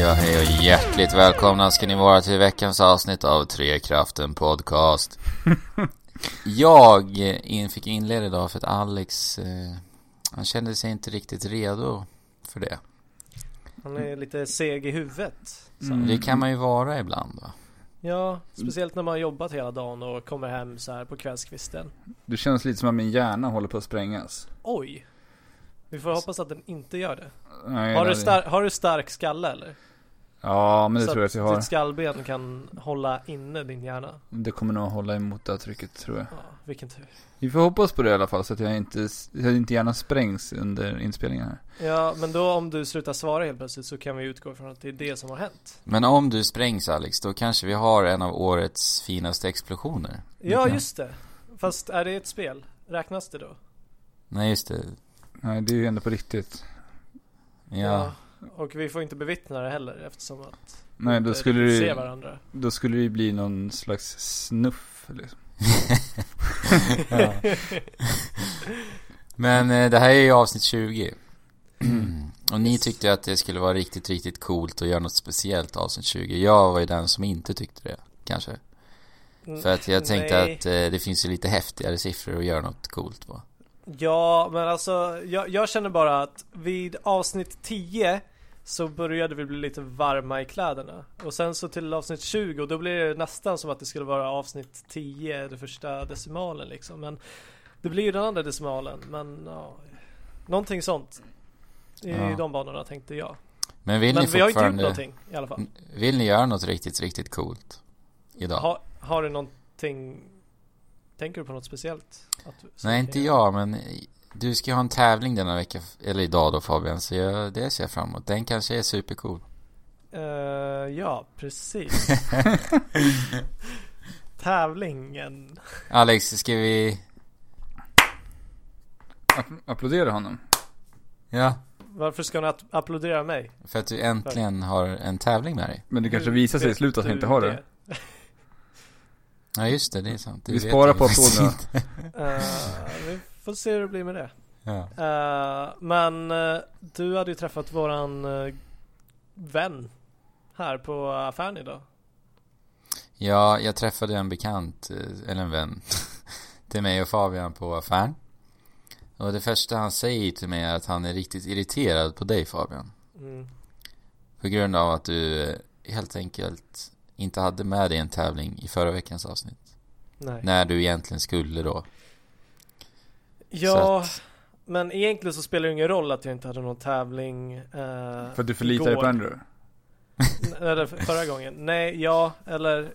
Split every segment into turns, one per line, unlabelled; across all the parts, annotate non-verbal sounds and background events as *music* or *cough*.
ja, hej och hjärtligt välkomna ska ni vara till veckans avsnitt av Trekraften Podcast. Jag eh, in, fick inleda idag för att Alex, eh, han kände sig inte riktigt redo för det.
Han är lite seg i huvudet. Så.
Mm.
Det kan man ju vara ibland va?
Ja, speciellt när man har jobbat hela dagen och kommer hem så här på kvällskvisten.
Du känns lite som att min hjärna håller på att sprängas.
Oj! Vi får hoppas att den inte gör det.
Nej,
Har
nej,
du,
det-
star- har du stark skalle eller?
Ja, men det
så
tror jag att jag har.
ditt skallben kan hålla inne din hjärna.
Det kommer nog hålla emot det här trycket tror jag.
Ja, vilken tur.
Vi får hoppas på det i alla fall så att jag inte, så att jag inte gärna sprängs under inspelningen här.
Ja, men då om du slutar svara helt plötsligt så kan vi utgå från att det är det som har hänt.
Men om du sprängs Alex, då kanske vi har en av årets finaste explosioner.
Ja,
Okej.
just det. Fast är det ett spel? Räknas det då?
Nej just det.
Nej, det är ju ändå på riktigt.
Ja.
Och vi får inte bevittna det heller eftersom att
Nej, då
inte
skulle
riktigt
det
se
ju,
varandra.
då skulle det ju bli någon slags snuff liksom.
*laughs* Men eh, det här är ju avsnitt 20. *clears throat* Och ni tyckte att det skulle vara riktigt, riktigt coolt att göra något speciellt avsnitt 20. Jag var ju den som inte tyckte det, kanske.
Mm,
För att jag tänkte
nej.
att eh, det finns ju lite häftigare siffror att göra något coolt på.
Ja, men alltså jag, jag känner bara att vid avsnitt 10 så började vi bli lite varma i kläderna. Och sen så till avsnitt 20 då blir det nästan som att det skulle vara avsnitt 10, den första decimalen liksom. Men det blir ju den andra decimalen, men ja, någonting sånt. I
Ja.
de banorna tänkte jag.
Men vill
men
ni
vi har ju inte gjort
fortfarande...
någonting i alla fall.
Vill ni göra något riktigt, riktigt coolt? Idag?
Ha, har du någonting, tänker du på något speciellt? Att, som
Nej,
vi
inte
kan göra?
jag, men eh, du ska ju ha en tävling denna vecka, eller idag då Fabian, så jag, det ser jag fram emot. Den kanske är supercool.
Eh, ja, precis. Tävlingen.
*laughs* Alex, ska vi...
App- Applådera honom.
Ja,
Varför ska ni att- applådera mig?
för att du äntligen har en tävling med dig.
Men det kanske
Hur
visar sig i
vet
slutet att jag
du
inte har det.
Ja, just det, det är sant. Det
Vi
vet
sparar
jag
på
faktiskt
applåderna.
inte.
Eh, vi får se hur det blir med det.
Ja.
Eh, men eh, du hade ju träffat våran eh, vän här på affären idag.
ja, jag träffade en bekant, eh, eller en vän, *laughs* till mig och Fabian på affären. Och det första han säger till mig är att han är riktigt irriterad på dig Fabian.
Mm.
På grund av att du eh, helt enkelt inte hade med dig en tävling i förra veckans avsnitt.
Nej.
När du egentligen skulle då.
Ja, men egentligen så spelar det ju ingen roll att jag inte hade någon tävling. eh,
För att du förlitar dig
igår.
på Andrew.
N- Eller f- förra gången. Nej, ja, eller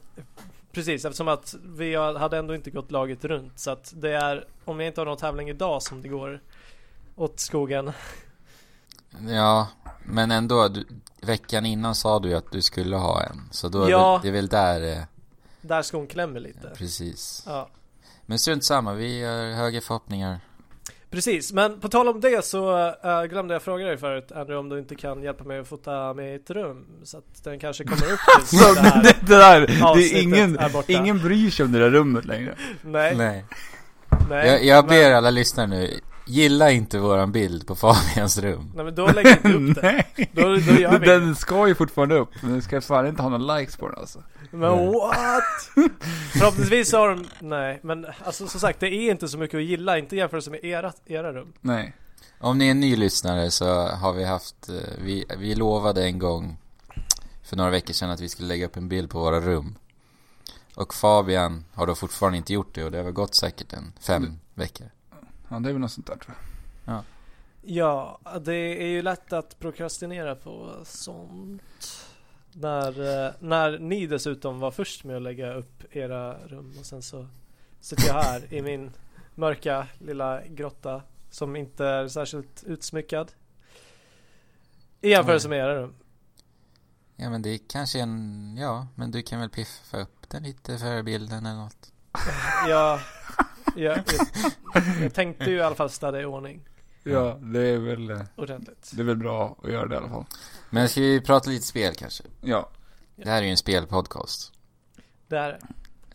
precis eftersom att vi har- hade ändå inte gått laget runt så att det är om jag inte har någon tävling idag som det går åt skogen.
Ja, men ändå. Du, veckan innan sa du ju att du skulle ha en. Så då är
Ja.
väl, det är väl där, eh,
Där skon klämmer lite.
precis.
Ja,
Men strunt samma, vi har höga förhoppningar.
precis. Men på tal om det så eh, glömde jag fråga dig förut Andrew om du inte kan hjälpa mig att fota mitt rum så att den kanske kommer upp till
Så,
det
men
här.
*laughs* det, det där, det
avsnittet
är ingen,
är borta.
ingen bryr sig om det där rummet längre.
Nej, nej.
Jag, jag
men,
ber alla lyssnare nu, gilla inte våran bild på *laughs* Fabians rum.
nej men då lägger inte
*laughs*
upp det.
Nej.
Då, då gör vi
Den ska ju fortfarande upp, men den ska fan inte ha några likes på den alltså.
Men *laughs* what? Förhoppningsvis har de, nej men alltså som sagt det är inte så mycket att gilla, inte jämfört med era, era rum.
Nej.
Om ni är en ny lyssnare så har vi haft, eh, vi, vi lovade en gång för några veckor sedan att vi skulle lägga upp en bild på våra rum. Och Fabian har då fortfarande inte gjort det och det har väl gått säkert en
Mm.
fem veckor.
Ja, det är väl något sånt där tror jag.
Ja, det är ju lätt att prokrastinera på sånt. När, eh, när ni dessutom var först med att lägga upp era rum och sen så sitter jag här i min mörka lilla grotta som inte är särskilt utsmyckad. I jämförelse med era rum.
Ja men det är kanske en, ja men du kan väl piffa upp den lite för bilden eller något.
Jag, jag, jag, jag tänkte ju i alla fall städa i ordning.
Ja, det är väl, eh,
ordentligt.
det är väl bra att göra det i alla fall.
Men ska vi prata lite spel kanske?
Ja.
Det här är ju en spelpodcast.
Det här.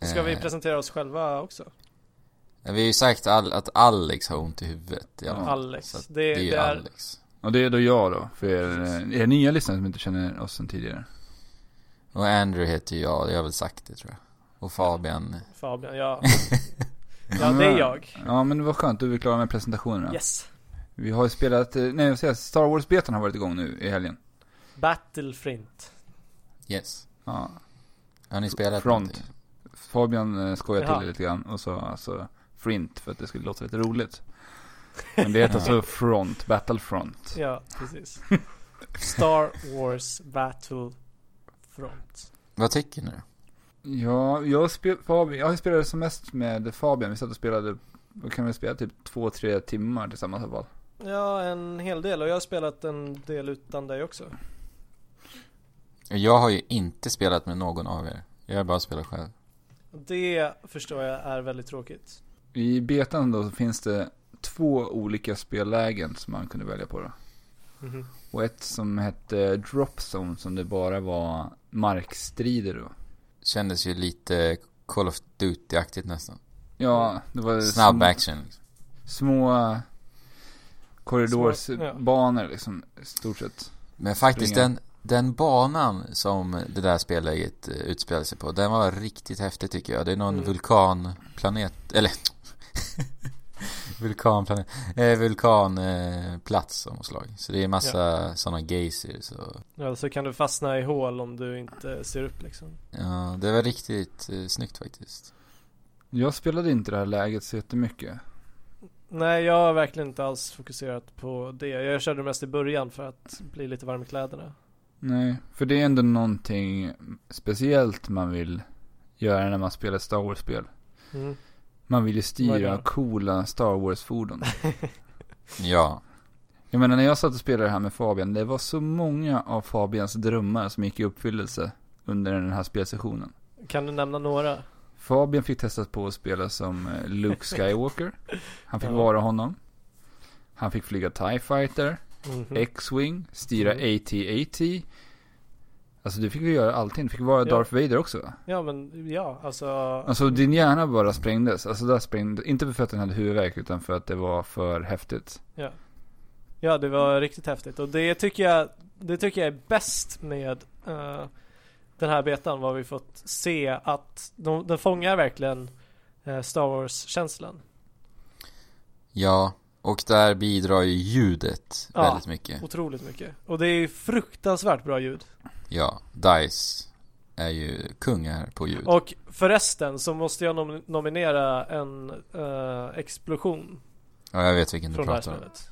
Ska vi
Eh,
presentera oss själva också?
Ja, Vi har ju sagt all, att Alex har ont i huvudet i alla fall.
Alex.
Så att
Det,
det är ju
det är
Alex.
Och det är då jag då, för er, eh, er nya lyssnare som inte känner oss sedan tidigare.
Och Andrew heter jag, det har jag väl sagt det tror jag. Och Fabian. *laughs*
Fabian, ja. Ja, det är jag.
Ja, men det var skönt. Du är klar med presentationerna.
Yes.
Vi har ju spelat, eh, nej jag säger Star Wars-betan har varit igång nu i helgen.
Battlefront.
Yes.
Ja,
Har ni spelat
Front.
någonting?
Fabian eh, skojade
Jaha.
till det lite grann och sa alltså Frint för att det skulle låta lite roligt. Men det
*laughs*
heter alltså Front, Battlefront.
Ja, precis. Star Wars Battlefront.
Vad tycker ni då?
Ja, jag, spel, Fabian, jag spelade som mest med Fabian. Vi satt och spelade, vad kan vi spela, typ två, tre timmar tillsammans i alla fall.
Ja, en hel del och jag har spelat en del utan dig också.
Jag har ju inte spelat med någon av er. Jag har bara spelat själv.
Det förstår jag är väldigt tråkigt.
I betan då så finns det två olika spellägen som man kunde välja på då.
Mhm.
Och ett som hette Drop Zone som det bara var markstrider då.
Kändes ju lite Call of Duty-aktigt nästan.
Ja, det var
Snabb
små,
action. liksom.
små
Små- ja.
korridorsbanor liksom, i stort sett.
Men faktiskt
Springa.
den, den banan som det där spelläget eh, utspelade sig på. Den var riktigt häftig tycker jag. Det är någon
Mm.
vulkanplanet. Eller *laughs* vulkanplanet. Eh, vulkanplats eh, plats av något slag. Så det är massa sådana geysers. Och,
Ja, så kan du fastna i hål om du inte ser upp liksom.
ja, det var riktigt eh, snyggt faktiskt.
Jag spelade inte det här läget så jättemycket.
Nej, jag har verkligen inte alls fokuserat på det. Jag körde mest i början för att bli lite varm i kläderna.
Nej, för det är ändå någonting speciellt man vill göra när man spelar ett Star Wars-spel.
Mm.
Man vill ju
Vad är
styra
det?
coola Star Wars-fordon.
Ja.
Jag menar när jag satt och spelade det här med Fabian, det var så många av Fabians drömmar som gick i uppfyllelse under den här spelsessionen.
Kan du nämna några?
Fabian fick testat på att spela som eh, Luke Skywalker. Han fick
Ja.
vara honom. Han fick flyga TIE Fighter,
Mhm.
X-Wing, styra
Mm.
AT-AT. Alltså du fick ju göra allting. Du fick vara
Ja.
Darth Vader också va?
Ja men ja, alltså.
Alltså din hjärna bara sprängdes. Alltså där sprängdes, inte för att den hade huvudvärk utan för att det var för häftigt.
Ja det var riktigt häftigt och det tycker jag, det tycker jag är bäst med eh, den här betan vad vi fått se att de, den fångar verkligen eh, Star Wars-känslan.
Ja. Och där bidrar ju ljudet
Ja.
väldigt mycket.
Otroligt mycket. Och det är ju fruktansvärt bra ljud.
Ja. Dice är ju kungar på ljud.
Och förresten så måste jag nom- nominera en eh, explosion
Ja, jag vet vilken du
från det här
pratar om.
spelet.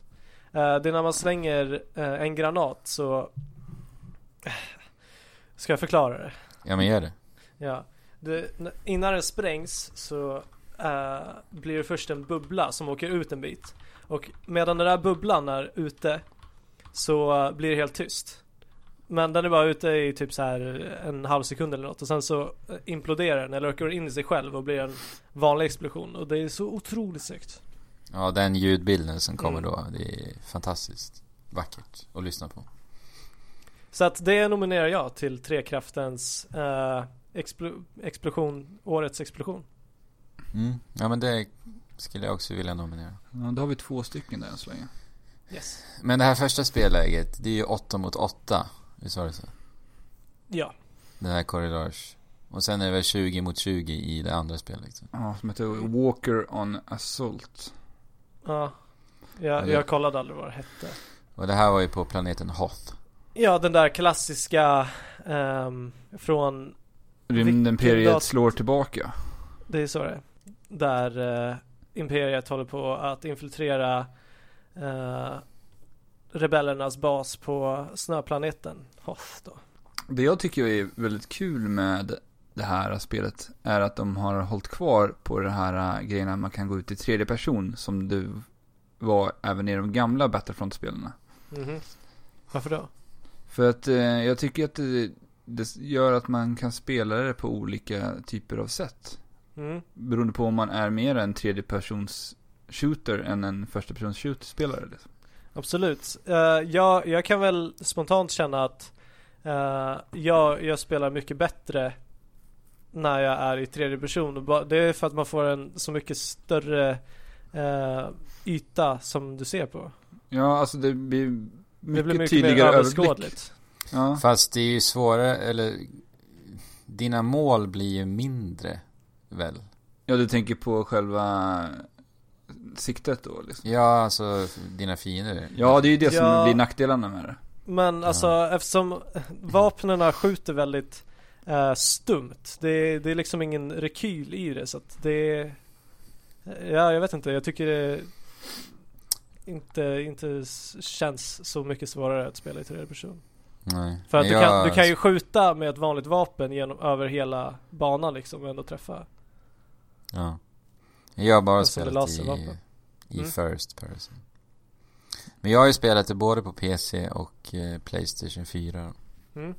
Eh, det är när man slänger eh, en granat så... eh, Ska jag förklara det?
Ja, men gör det.
Ja. Det, n- innan den sprängs så eh, blir det först en bubbla som åker ut en bit. Och medan den där bubblan är ute så eh, blir det helt tyst. Men den är bara ute i typ så här en halv sekund eller något och sen så eh, imploderar den eller åker in i sig själv och blir en vanlig explosion. Och det är så otroligt snyggt.
Ja, den ljudbilden som kommer
Mm.
då, det är fantastiskt vackert att lyssna på.
Så att det nominerar jag till Trekraftens eh, explo- explosion, årets explosion.
Mm. Ja, men det skulle jag också vilja nominera.
Ja, då har vi två stycken där än så länge.
Yes.
Men det här första spelläget, det är ju 8 mot 8. Vi sa det så?
Ja.
Den här korridors. Och sen är det väl 20 mot 20 i det andra spelet. liksom.
Ja, som heter Walker on Assault.
Ja. Jag,
det-
jag kollade aldrig vad det hette.
Och det här var ju på planeten Hoth.
Ja, den där klassiska ehm, från, Vilken
Rymdimperiet
dat-
slår tillbaka.
det är så det är. Där eh, Imperiet håller på att infiltrera eh, rebellernas bas på snöplaneten Hoth då.
Det jag tycker är väldigt kul med det här spelet är att de har hållit kvar på det här äh, grejen att man kan gå ut i tredje person som du var även i de gamla Battlefront-spelarna.
Mhm. Varför då?
För att eh, jag tycker att det, det gör att man kan spela det på olika typer av sätt.
Mm.
Beroende på om man är mer en tredje persons shooter än en första persons shooter-spelare. Liksom.
Absolut. Eh, jag, jag kan väl spontant känna att eh, jag, jag spelar mycket bättre när jag är i tredje person. Och ba- Det är för att man får en så mycket större eh, yta som du ser på.
Ja, alltså det blir
Det
mycket,
blir mycket mer
tydligare överblick.
överskådligt.
Ja.
Fast det är ju svårare, eller dina mål blir ju mindre väl?
ja, du tänker på själva siktet då liksom.
Ja, alltså dina fiender.
Ja, det är ju det
Ja.
som blir nackdelarna med det.
Men alltså eftersom vapnena skjuter väldigt eh, stumt. Det, det är liksom ingen rekyl i det så att det är- Ja, jag vet inte. Jag tycker det inte, inte s- känns så mycket svårare att spela i tredje person.
Nej.
För att
Men
du,
jag-
kan, du kan ju skjuta med ett vanligt vapen genom, över hela banan liksom och ändå träffa.
Ja. Jag har bara
Alltså, det
spelat i,
laservapen.
i
Mm.
First Person. Men jag har ju spelat det både på PC och eh, Playstation 4.
Mm.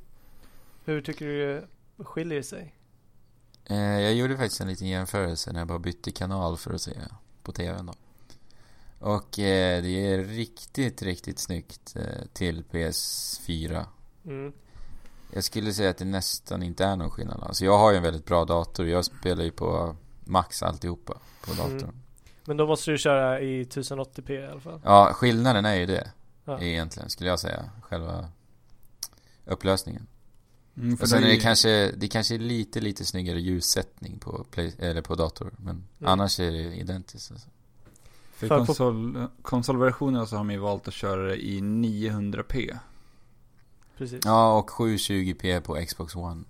Hur tycker du det skiljer sig?
Eh, jag gjorde faktiskt en liten jämförelse när jag bara bytte kanal för att se på TVn då. Och eh, det är riktigt, riktigt snyggt eh, till PS4.
Mm.
Jag skulle säga att det nästan inte är någon skillnad. Alltså jag har ju en väldigt bra dator. Jag spelar ju på max alltihopa på datorn.
Mm. Men då måste du köra i 1080p i alla fall.
Ja, skillnaden är ju det.
Ja.
Egentligen skulle jag säga. Själva upplösningen.
Mm,
Och sen är
ju-
det kanske, det kanske är lite, lite snyggare ljussättning på, play, eller på dator. Men annars är det identiskt. Alltså.
För
För på-
konsol, konsolversionen så har man ju valt att köra det i 900p.
Precis.
Ja, och 720p på Xbox One.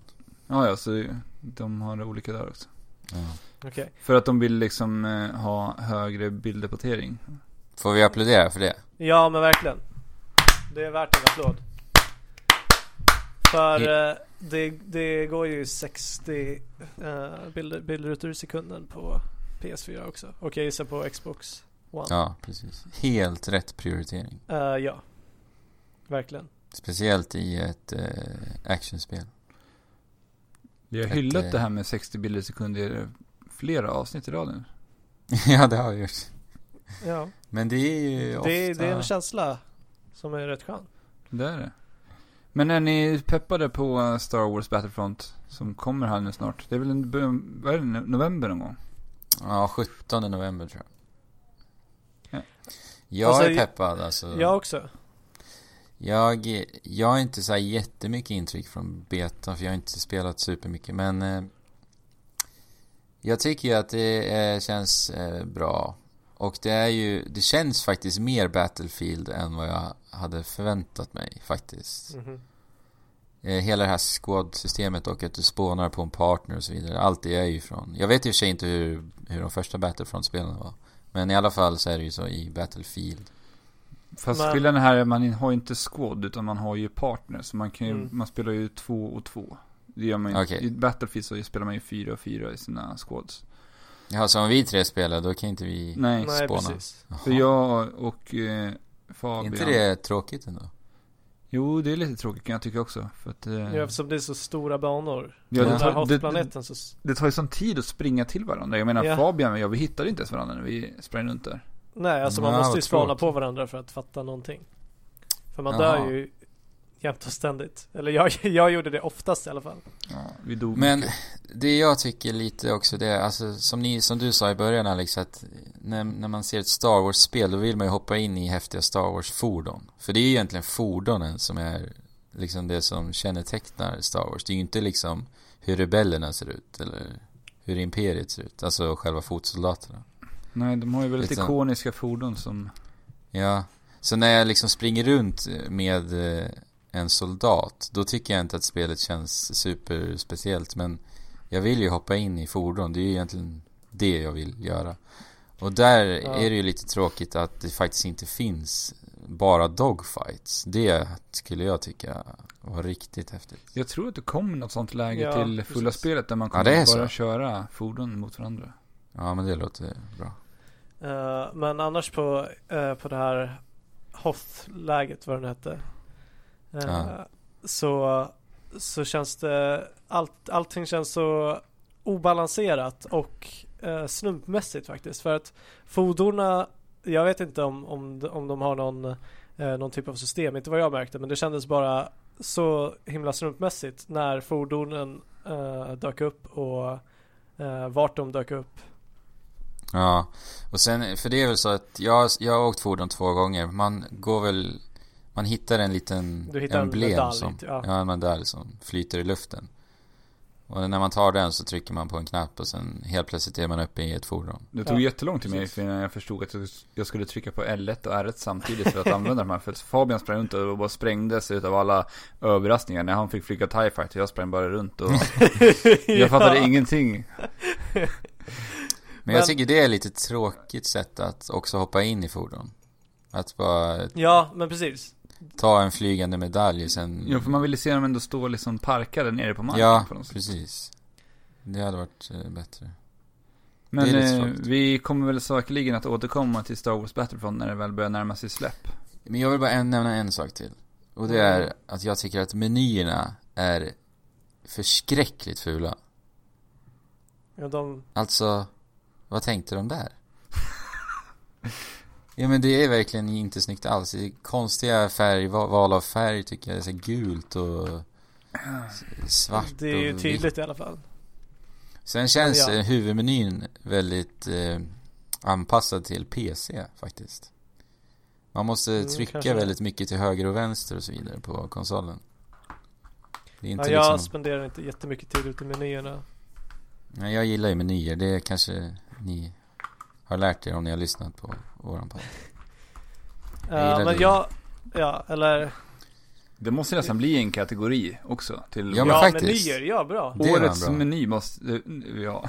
Ja, ja, så de har det olika där också.
Ja.
Okej.
För att de vill liksom eh, ha högre bilduppdatering.
Får vi applådera för det?
Ja men verkligen. Det är värt en applåd. För eh, det, det går ju 60 eh, bilder, bildrutor i sekunden på PS4 också. Och jag gissar på Xbox One. Ja.
Ja, precis. Helt rätt prioritering.
ja. Verkligen.
Speciellt i ett eh, actionspel. *laughs*
Vi har
Ett, eh,
hyllat det här med 60 bilder i sekunder i flera avsnitt i rad nu.
ja, det har vi gjort.
Ja.
Men det är ju ofta...
Det, det är en känsla som är rätt skön.
Det är det. Men är ni peppade på eh, Star Wars Battlefront som kommer här nu snart? Det är väl en, bör- vad är det, november någon gång?
Ja, 17 november tror jag.
Ja.
Jag
Alltså,
är peppad alltså.
Jag också.
Jag, jag har inte så här jättemycket intryck från betan för jag har inte spelat supermycket men eh, jag tycker ju att det eh, känns eh, bra och det är ju, det känns faktiskt mer Battlefield än vad jag hade förväntat mig faktiskt.
Mhm.
Eh, hela det här squad-systemet och att du spånar på en partner och så vidare, allt det är ju från, jag vet i och för sig inte hur, hur de första Battlefront-spelen var men i alla fall så är det ju så i Battlefield.
Fast
Men-
skillnaden här är att man har ju inte squad utan man har ju partners. Så man, kan ju,
Mm.
man spelar ju två och två. Det gör man ju,
Okej.
I Battlefield så spelar man ju fyra och fyra i sina squads.
Ja, så Alltså, om vi tre spelar då kan inte vi
Nej,
Nej
spåna.
precis.
Jaha.
för jag och eh, Fabian.
Är inte det tråkigt ändå?
Jo, det är lite tråkigt kan jag tycka också. För att, eh,
Ja, eftersom det är så stora banor.
ja,
På
det,
den här
tar, det, det,
hotplaneten så s-
det tar ju sån tid att springa till varandra. Jag menar
Ja.
Fabian och jag, vi hittade inte ens varandra när vi sprang runt där.
Nej, alltså man
Ja,
måste ju
vad
spana
tråkigt.
på varandra för att fatta någonting. För man
Jaha.
dör ju jämt och ständigt. Eller jag, *laughs* jag gjorde det oftast i alla fall.
Ja, vi dog
Men
mycket.
det jag tycker lite också det, är, alltså som, ni, som du sa i början Alex, att när, när man ser ett Star Wars-spel då vill man ju hoppa in i häftiga Star Wars-fordon. För det är ju egentligen fordonen som är liksom det som kännetecknar Star Wars. Det är ju inte liksom hur rebellerna ser ut eller hur imperiet ser ut, alltså själva fotsoldaterna.
Nej, de har ju väldigt
Lite-
ikoniska fordon som...
Ja, så när jag liksom springer runt med eh, en soldat, då tycker jag inte att spelet känns superspeciellt. Men jag vill ju hoppa in i fordon, det är ju egentligen det jag vill göra. Och där
Ja.
är det ju lite tråkigt att det faktiskt inte finns bara dogfights. Det skulle jag tycka var riktigt häftigt.
Jag tror att det kom något sånt läge
Ja,
till fulla
precis.
spelet där man
Ja,
kunde
det är så.
bara köra fordon mot varandra.
Ja, men det låter bra.
Eh, men annars på, eh, på det här Hoth-läget, vad den hette. eh,
Ja.
Så, så känns det, allt, allting känns så obalanserat och eh, slumpmässigt faktiskt. För att fordorna, jag vet inte om, om, de- om de har någon, eh, någon typ av system, inte vad jag märkte, men det kändes bara så himla slumpmässigt när fordonen eh, dök upp och eh, vart de dök upp.
Ja, och sen, för det är väl så att jag, jag har åkt fordon två gånger. Man går väl, Man hittar en liten
Du hittar en
emblem
medalj,
som,
ja.
ja. en medalj som flyter i luften. Och när man tar den så trycker man på en knapp och sen helt plötsligt är man uppe i ett fordon.
Det tog
Ja,
jättelång tid mig
precis.
innan jag förstod att jag skulle trycka på L1 och R1 samtidigt för att använda de här. För att Fabian sprang runt och bara sprängdes utav alla överraskningar. När han fick flyga TIE Fighter, jag sprang bara
*laughs*
runt och jag fattade ingenting.
Mm. Men jag
Men-
tycker det är lite tråkigt sätt att också hoppa in i fordon. Att bara
Ja, men precis.
ta en flygande medalj och sen...
Ja, för man ville se dem ändå stå liksom parkade nere på marken
Ja,
på något sätt.
precis. Det hade varit eh, bättre.
Men
Det är lite
eh,
svagt.
vi kommer väl säkerligen att återkomma till Star Wars Battlefront när det väl börjar närma sig släpp.
Men jag vill bara en, nämna en sak till. Och det är att jag tycker att menyerna är förskräckligt fula.
Ja, de,
Alltså, vad tänkte de där? *laughs* ja men det är verkligen inte snyggt alls. Det är konstiga färg, va- val av färg tycker jag. Det är så här gult och s- svart
det är ju
och
tydligt i alla fall.
vitt. Sen känns
Ja.
eh, huvudmenyn väldigt eh, anpassad till PC faktiskt. Man måste
Mm,
trycka
kanske.
väldigt mycket till höger och vänster och så vidare på konsolen. Det är
Ja,
inte
jag
liksom...
spenderar inte jättemycket tid ute i menyerna.
Nej, jag gillar ju menyer. Det kanske ni har lärt er om ni har lyssnat på våran podd. Jag
Eh,
gillar
men
det.
jag, ja eller,
Det måste nästan bli en kategori också till
Ja, men
ja
faktiskt.
menyer, ja bra.
Det var
årets
bra.
meny måste, eh, ja.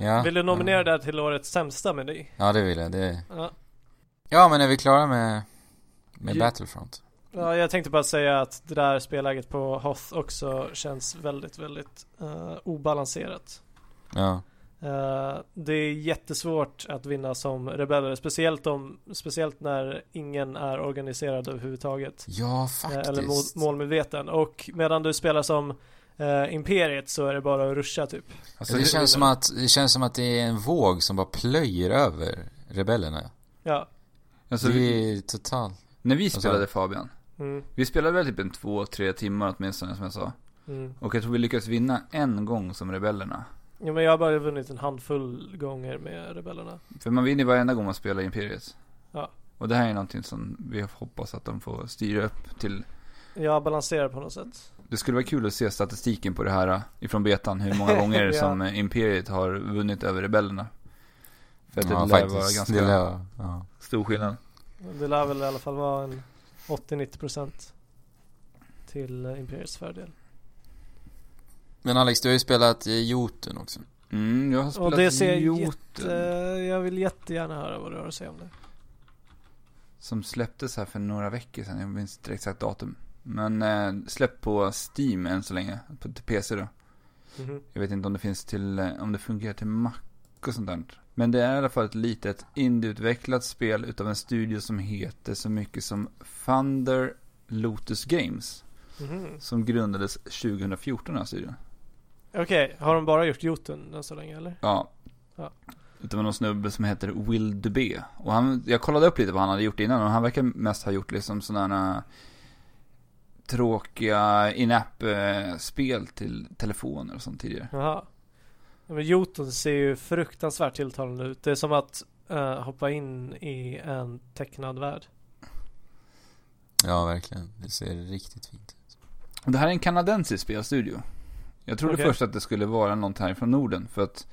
Ja.
Vill du nominera det här till årets sämsta meny?
Ja, det vill jag. Det...
Ja.
Ja, men är vi klara med, med
Ja.
Battlefront?
Ja, jag tänkte bara säga att det där spelläget på Hoth också känns väldigt, väldigt eh, obalanserat.
Ja.
Eh, det är jättesvårt att vinna som rebeller, speciellt, om, speciellt när ingen är organiserad överhuvudtaget.
Ja,
eh,
faktiskt.
eller mål, målmedveten. Och medan du spelar som eh, Imperiet så är det bara att ruscha typ.
Alltså, det, känns som att, det känns som att det är en våg som bara plöjer över rebellerna.
Ja.
Alltså,
det
vi,
är total.
när vi
sa
spelade
du?
Fabian,
Mm,
vi spelade väl typ en två, tre timmar åtminstone som jag sa.
mm.
Och jag tror vi lyckades vinna en gång som rebellerna.
Jo men jag har bara vunnit en handfull gånger med rebellerna.
För man vinner varenda gång man spelar Imperiet.
Ja.
Och det här är någonting som vi hoppas att de får styra upp till.
Jag balanserar på något sätt.
Det skulle vara kul att se statistiken på det här eh, ifrån betan. Hur
*laughs*
många gånger
Ja.
som eh, Imperiet har vunnit över rebellerna. För att det
ja,
lär vara
faktiskt.
ganska
Det lär, ja.
stor skillnad.
Det lär väl i alla fall vara en 80-90% till eh, Imperiets fördel.
Men Alex, du har ju spelat i Jotun också.
Mm, jag har spelat
det ser
Jotun.
Eh, Jag vill jättegärna höra vad du har att säga om det.
Som släpptes här för några veckor sedan. Jag minns inte exakt datum. Men eh, släppt på Steam än så länge. På till PC då.
Mhm.
Jag vet inte om det finns till, eh, om det fungerar till Mac och sånt där. Men det är i alla fall ett litet indieutvecklat spel utav en studio som heter så mycket som Thunder Lotus Games.
Mhm.
Som grundades 2014 den här studion.
Okej, har de bara gjort Jotun än så länge eller?
Ja.
Ja.
Utav någon snubbe som heter Will B. Och han, jag kollade upp lite vad han hade gjort innan och han verkar mest ha gjort liksom sådana tråkiga in-app eh, spel till telefoner och sånt tidigare.
Jaha. Ja, Men Jotun ser ju fruktansvärt tilltalande ut. Det är som att eh, hoppa in i en tecknad värld.
Ja, verkligen. Det ser riktigt fint ut.
Det här är en kanadensisk spelstudio. Jag trodde
Okej.
först att det skulle vara något här från Norden för att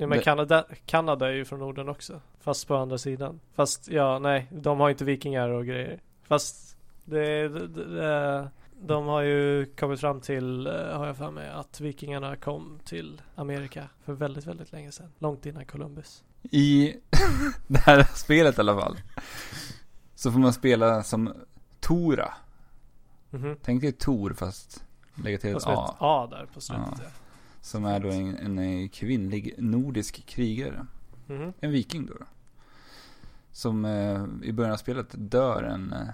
Ja, men
Det-
Kanada, Kanada är ju från Norden också. Fast på andra sidan. Fast ja, nej. De har inte vikingar och grejer. Fast det, det, det de har ju kommit fram till, eh, har jag för mig, att vikingarna kom till Amerika för väldigt, väldigt länge sedan. Långt innan Columbus.
i *laughs* det här spelet i alla fall så får man spela som Tora.
Mhm.
Tänk dig Tor fast lägga till ett
Fast med ett
A.
A där på slutet. Ja.
Som är då en, en eh, kvinnlig nordisk krigare.
Mhm.
En viking då. då. Som eh, i början av spelet dör en eh,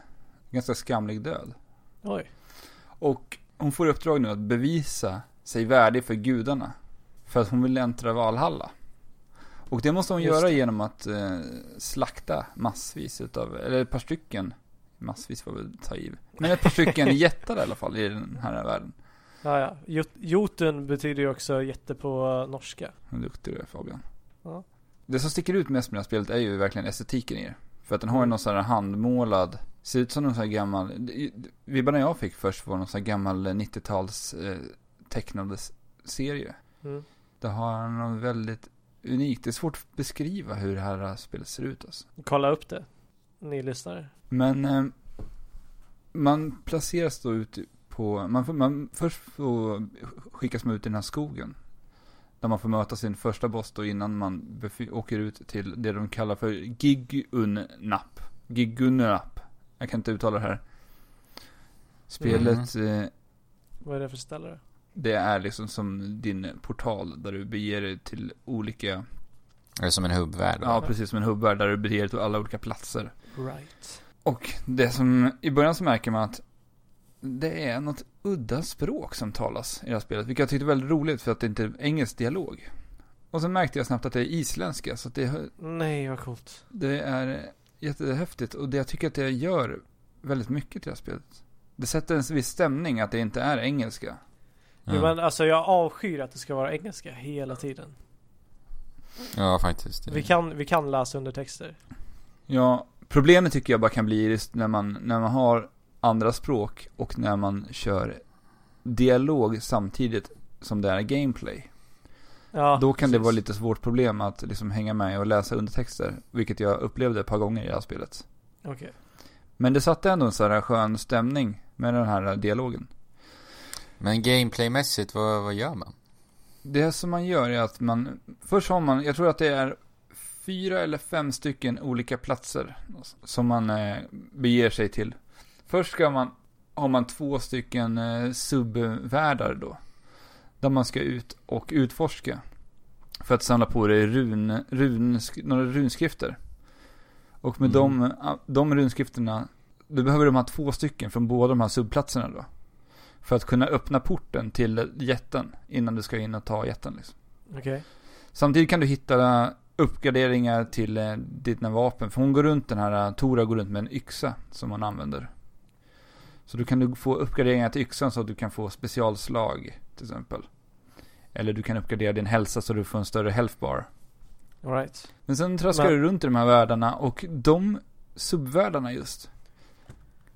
ganska skamlig död.
Oj.
Och hon får i uppdrag nu att bevisa sig värdig för gudarna. För att hon vill äntra Valhalla. Och det måste hon
Just
göra
det.
genom att eh, slakta massvis utav, eller ett par stycken, massvis var väl ta i. Men ett
*laughs*
par stycken jättar i alla fall i den här världen.
Ja, ja. Jot- Jotun betyder ju också jätte på norska.
Vad duktig du är Fabian.
Ja.
Det som sticker ut mest med det här spelet är ju verkligen estetiken i det. För att den har ju någon sån här handmålad Ser ut som någon sån här gammal, vibbarna jag fick först var någon sån här gammal 90-tals eh, tecknade s- serie.
Mm.
Det har något väldigt unikt, det är svårt att beskriva hur det här spelet ser ut alltså.
Kolla upp det. Ni lyssnare.
Men eh, man placeras då ut på, man får, man, först får, skickas man ut i den här skogen. Där man får möta sin första boss då innan man befy- åker ut till det de kallar för Gigunnap. Gigunnap. Jag kan inte uttala det här. Spelet, eh,
Vad är det för ställe då?
det är liksom som din portal där du beger dig till olika,
Eller som en hubbvärld.
ja precis som en hubbar där du beger dig till alla olika platser.
Right.
Och det som, i början så märker man att det är något udda språk som talas i det här spelet. Vilket jag tyckte var väldigt roligt för att det inte är engelsk dialog. Och sen märkte jag snabbt att det är isländska. Så att det,
Nej, vad coolt.
det är jättehäftigt. Och det jag tycker att det gör väldigt mycket till det här spelet. Det sätter en viss stämning att det inte är engelska.
Jo, men alltså jag avskyr att det ska vara engelska hela tiden.
ja faktiskt.
Vi kan, vi kan läsa undertexter.
Ja, problemet tycker jag bara kan bli just när man, när man har andra språk och när man kör dialog samtidigt som det är gameplay.
Ja,
Då kan det
precis.
vara lite svårt problem att liksom hänga med och läsa undertexter. Vilket jag upplevde ett par gånger i det här spelet.
Okej.
Men det satte ändå en sån här skön stämning med den här dialogen.
Men gameplaymässigt, vad, vad gör man?
Det som man gör är att man, först har man, jag tror att det är fyra eller fem stycken olika platser som man eh, beger sig till. Först ska man, har man två stycken eh, subvärldar då. Där man ska ut och utforska. För att samla på dig run, run, några runskrifter. Och med
Mm.
de, ah, de runskrifterna, du behöver de här två stycken från båda de här subplatserna då. För att kunna öppna porten till jätten innan du ska in och ta jätten liksom.
Okej.
Samtidigt kan du hitta uppgraderingar till eh, dina vapen. För hon går runt den här, eh, Tora går runt med en yxa som hon använder. Så då kan du få uppgraderingar till yxan så att du kan få specialslag till exempel. Eller du kan uppgradera din hälsa så du får en större health bar.
All right.
Men sen traskar
Men-
du runt i de här världarna och de subvärldarna just.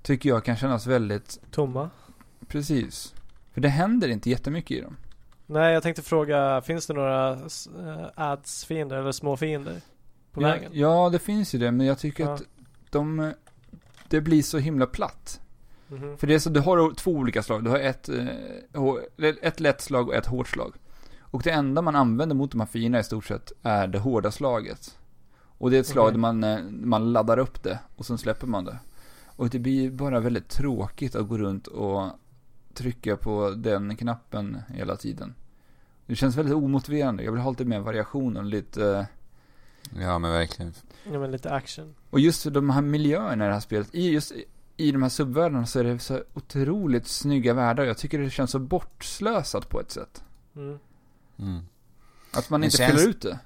Tycker jag kan kännas väldigt
Tomma.
precis. För det händer inte jättemycket i dem.
Nej, jag tänkte fråga, finns det några eh, ads-fiender eller små fiender på
ja,
vägen?
Ja, det finns ju det, men jag tycker
Ja.
att de... Det blir så himla platt.
Mhm.
För det är så, du har två olika slag. Du har ett, eh, hå- eller ett lätt slag och ett hårt slag. Och det enda man använder mot de här fienderna i stort sett är det hårda slaget. Och det är ett slag
Okej.
där man, eh, man laddar upp det och sen släpper man det. Och det blir bara väldigt tråkigt att gå runt och trycka på den knappen hela tiden. Det känns väldigt omotiverande. Jag vill ha lite mer variation och lite... eh,
Ja men verkligen.
Ja, men lite action. Mm.
och just de här miljöerna i det här spelet, i just i de här subvärldarna så är det så otroligt snygga världar. Jag tycker det känns så bortslösat på ett sätt.
Mm.
Mm.
Att man
Det
inte
känns-
fyller ut det.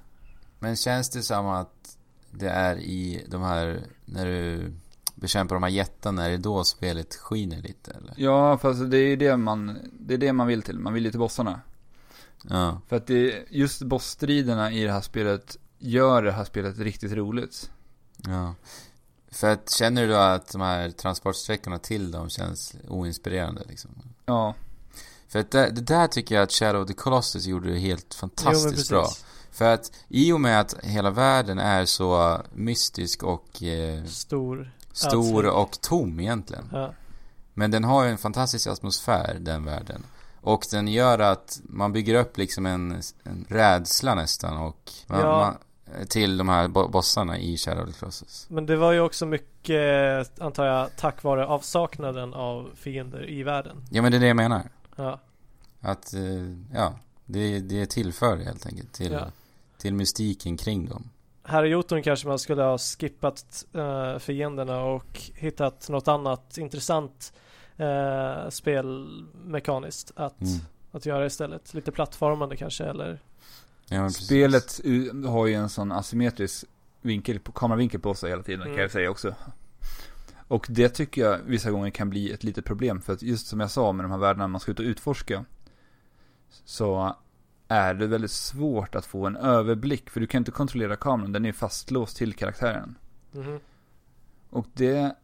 Men känns det som att det är i de här, när du bekämpar de här jättarna, är det då spelet skiner lite eller?
Ja, fast det är ju det man, det är det man vill till. Man vill ju till bossarna.
Ja.
För att det, just bossstriderna i det här spelet gör det här spelet riktigt roligt.
ja. För att känner du då att de här transportsträckorna till dem känns oinspirerande liksom?
Ja,
För att det, det där tycker jag att Shadow of the Colossus gjorde helt fantastiskt bra.
precis.
För att i och med att hela världen är så mystisk och eh,
Stor.
stor
Ödslig.
och tom egentligen.
Alltså- Ja.
Men den har ju en fantastisk atmosfär, den världen. Och den gör att man bygger upp liksom en, en rädsla nästan och man,
Ja.
man, till de här bo- bossarna i Shadow of the Colossus.
Men det var ju också mycket, antar jag, tack vare avsaknaden av fiender i världen.
Ja men det är det jag menar.
Ja.
Att, eh, ja, det, det tillför helt enkelt till,
Ja.
till mystiken kring dem.
Här i Jotun kanske man skulle ha skippat eh, fienderna och hittat något annat intressant eh, spelmekaniskt att,
Mm.
att göra istället. Lite plattformande kanske eller?
Ja, men precis.
spelet u- har ju en sån asymmetrisk vinkel, på, kameravinkel på sig hela tiden
Mm.
kan jag säga också. Och det tycker jag vissa gånger kan bli ett litet problem för att just som jag sa med de här världarna man ska ut och utforska så är det väldigt svårt att få en överblick för du kan inte kontrollera kameran, den är fastlåst till karaktären.
Mhm.
Och det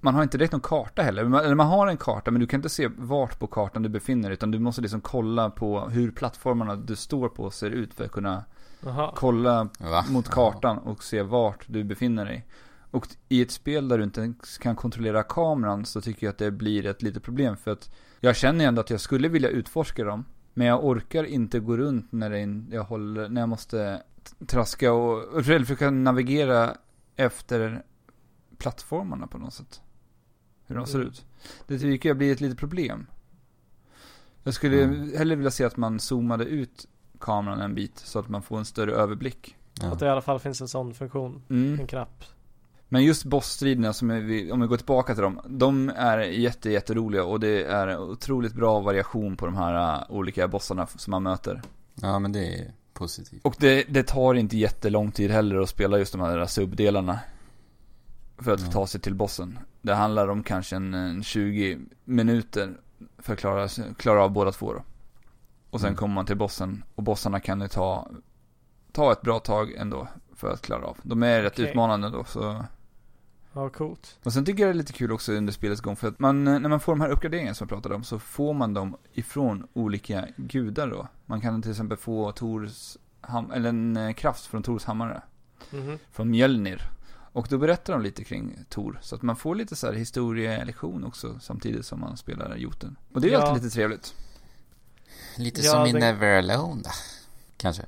man har inte direkt någon karta heller. Man, eller man har en karta men du kan inte se vart på kartan du befinner dig. Utan du måste liksom kolla på hur plattformarna du står på ser ut för att kunna
Jaha.
kolla
Va?
mot kartan och se vart du befinner dig. Och i ett spel där du inte ens kan kontrollera kameran så tycker jag att det blir ett litet problem för att jag känner ändå att jag skulle vilja utforska dem. Men jag orkar inte gå runt när, det in, jag, håller, när jag måste t- traska och, eller försöka navigera efter plattformarna på något sätt. Hur de ser
Mm.
ut. Det tycker jag blir ett litet problem. Jag skulle
Mm.
hellre vilja se att man zoomade ut kameran en bit så att man får en större överblick.
Ja.
Att det i alla fall finns en sån funktion.
Mm.
En knapp.
Men just bossstriderna som vi, om vi går tillbaka till dem, de är jätte, jätteroliga och det är en otroligt bra variation på de här äh, olika bossarna f- som man möter.
ja, men det är positivt.
Och det, det tar inte jättelång tid heller att spela just de här subdelarna. För att
Ja.
ta sig till bossen. Det handlar om kanske en, en 20 minuter för att klara, klara av båda två då. Och sen
Mm.
kommer man till bossen och bossarna kan ju ta, ta ett bra tag ändå för att klara av. De är rätt
Okej.
utmanande då så
Ja, coolt.
och sen tycker jag det är lite kul också under spelets gång för att man, eh, när man får de här uppgraderingarna som jag pratade om så får man dem ifrån olika gudar då. Man kan till exempel få Tors, ham- eller en eh, kraft från Tors hammare,
Mhm.
från Mjölnir. Och då berättar de lite kring Tor, så att man får lite så här historielektion också samtidigt som man spelar Jotun. Och det är ju
Ja.
alltid lite trevligt.
Lite
Ja,
som i
den-
Never Alone då. Kanske.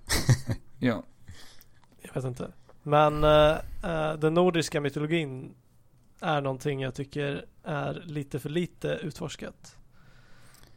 Ja.
Jag vet inte. Men eh, eh, den nordiska mytologin är någonting jag tycker är lite för lite utforskat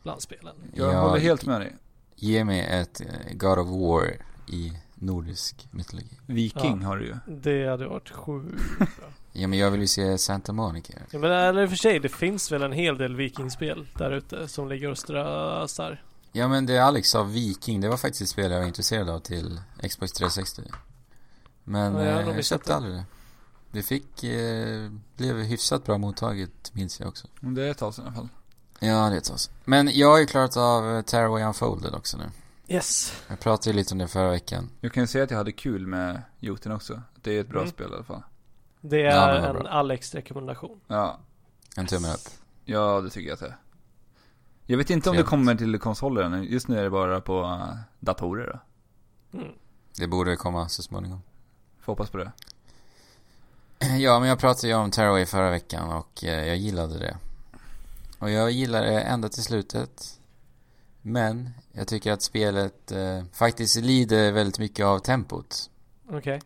bland spelen.
Jag
Ja,
håller helt med dig.
Ge mig ett eh, God of War i nordisk mytologi.
Viking har du ju.
Det hade varit sjukt bra.
Ja, men jag vill ju se Santa Monica.
Ja, men eller i och för sig, det finns väl en hel del vikingspel där ute som ligger och strösar.
Ja, men det Alex sa, Viking, det var faktiskt ett spel jag var intresserad av till Xbox 360. Men
Ja, jag har nog
eh, jag
missat
köpte
det.
aldrig det. Det fick, eh, blev hyfsat bra mottaget, minns jag också.
Det är ett tag sedan i alla fall.
Ja, det är ett tag sedan. Men jag har ju klarat av eh, Tearaway Unfolded också nu.
Yes.
Jag pratade ju lite om det förra veckan.
Jag kan ju säga att jag hade kul med Jotun också. Det är ett bra
Mm.
spel i alla fall.
Det
Ja,
är
men vad
en
bra.
Alex-rekommendation.
Ja,
En tumme upp.
Ja, det tycker jag att det är. Jag vet inte om det
Trevligt.
kommer till konsoler än. Just nu är det bara på eh, datorer då.
Mm.
Det borde komma så småningom.
Får hoppas på det.
*clears throat* Ja, men jag pratade ju om Tearaway förra veckan och eh, jag gillade det. Och jag gillade det ända till slutet. Men jag tycker att spelet eh, faktiskt lider väldigt mycket av tempot.
Okej.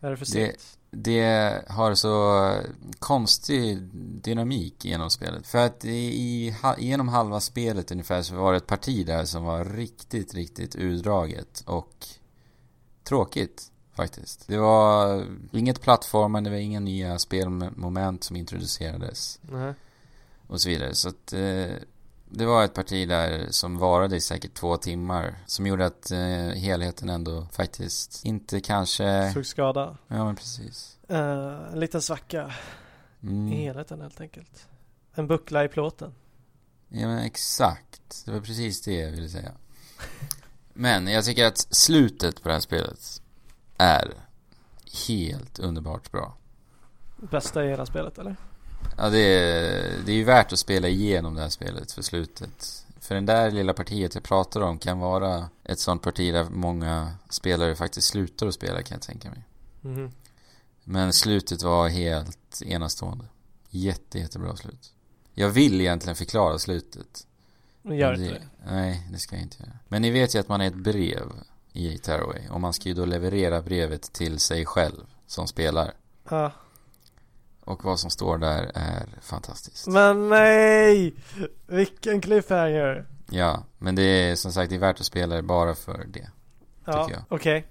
Är det för
Det-
sent?
Det har så eh, konstig dynamik genom spelet. För att i, i, ha, genom halva spelet ungefär så var det ett parti där som var riktigt, riktigt urdraget och tråkigt faktiskt. Det var inget plattformande, det var inga nya spelmoment som introducerades
Nej.
och så vidare. Så att eh, det var ett parti där som varade i säkert två timmar. Som gjorde att eh, helheten ändå faktiskt inte kanske...
Tog skada.
Ja men precis.
Eh, en liten svacka i
Mm.
helheten helt enkelt. En buckla i plåten.
Ja men exakt. Det var precis det jag ville säga. Men jag tycker att slutet på det här spelet är helt underbart bra.
Bästa i hela spelet eller?
Ja, det är, det är ju värt att spela igenom det här spelet för slutet. För den där lilla partiet jag pratar om kan vara ett sånt parti där många spelare faktiskt slutar att spela kan jag tänka mig.
Mhm.
Men slutet var helt enastående. Jätte, jättebra slut. Jag vill egentligen förklara slutet.
Men gör
Men
inte det.
Nej, det ska jag inte göra. Men ni vet ju att man är ett brev i Tearaway och man ska ju då leverera brevet till sig själv som spelar.
Ja.
Och vad som står där är fantastiskt.
Men nej! Vilken cliffhanger!
Ja, men det är som sagt det är värt att spela det bara för det.
Ja,
Tycker jag.
okej.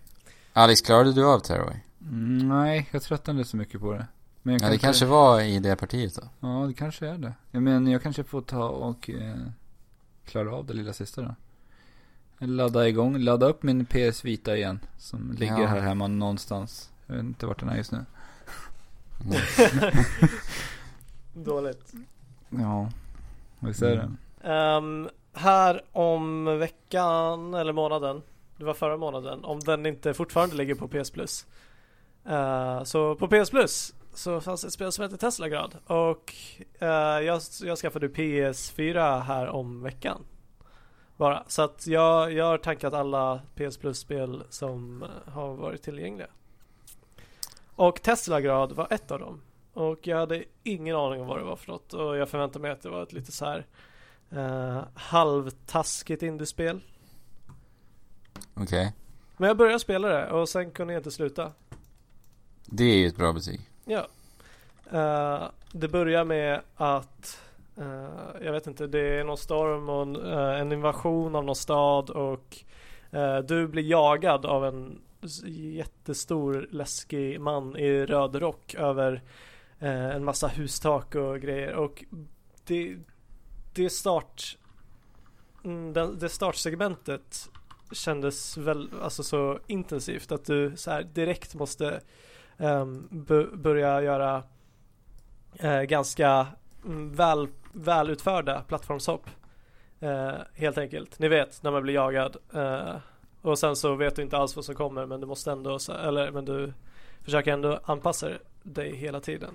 Alex, klarade du av Tearaway?
Mm, nej, jag tröttnade så mycket på det. Men jag
Ja, det kanske var i det partiet då.
Ja, det kanske är det. Jag menar, jag kanske får ta och eh, klara av det lilla sista då. Ladda igång, ladda upp min PS Vita igen. Som ligger
Ja.
här hemma någonstans. Jag vet inte vart den är just nu.
Mm.
*laughs*
*laughs*
Dåligt.
Ja, visst är
Mm.
det.
Ehm, här om veckan, eller månaden, det var förra månaden, om den inte fortfarande ligger på PS Plus. Eh, så på PS Plus så fanns det ett spel som heter Teslagrad och eh, jag, jag skaffade PS4 här om veckan. Bara. Så att jag, jag har tankat alla PS Plus-spel som eh, har varit tillgängliga. Och Teslagrad var ett av dem. Och jag hade ingen aning om vad det var för något och jag förväntade mig att det var ett lite så här eh, halvtaskigt indiespel.
Okej.
Men jag började spela det och sen kunde jag inte sluta.
Det är ju ett bra betyg.
Ja. Eh, det börjar med att, eh, jag vet inte, det är någon storm och en, eh, en invasion av någon stad och eh, du blir jagad av en s- jättestor läskig man i röd rock över eh, en massa hustak och grejer och det, det start mm, den- det startsegmentet kändes väl alltså så intensivt att du så här direkt måste ehm, bu- börja göra eh, ganska mm, väl, välutförda plattformshopp. Eh, helt enkelt. Ni vet när man blir jagad. Eh, och sen så vet du inte alls vad som kommer men du måste ändå, så- eller men du försöker ändå anpassa dig hela tiden.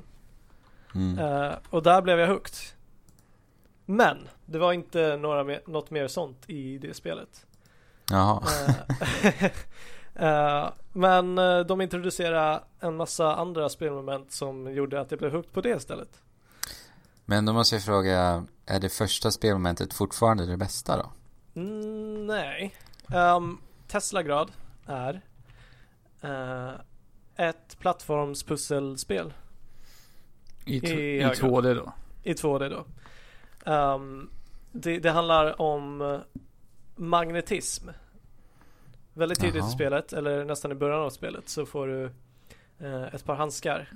Mm.
Eh, och där blev jag hooked. Men det var inte några mer, något mer sånt i det spelet.
Jaha.
Eh, *laughs* eh, men eh, de introducerade en massa andra spelmoment som gjorde att jag blev hooked på det istället.
Men då måste jag fråga, är det första spelmomentet fortfarande det bästa då?
Mm, nej. Um, Teslagrad är eh, ett plattformspusselspel
I, t-
I
i
högra.
2D då?
i 2D då. Ehm, det, det handlar om eh, magnetism. Väldigt tidigt
Jaha.
i spelet, eller nästan i början av spelet, så får du eh, ett par handskar.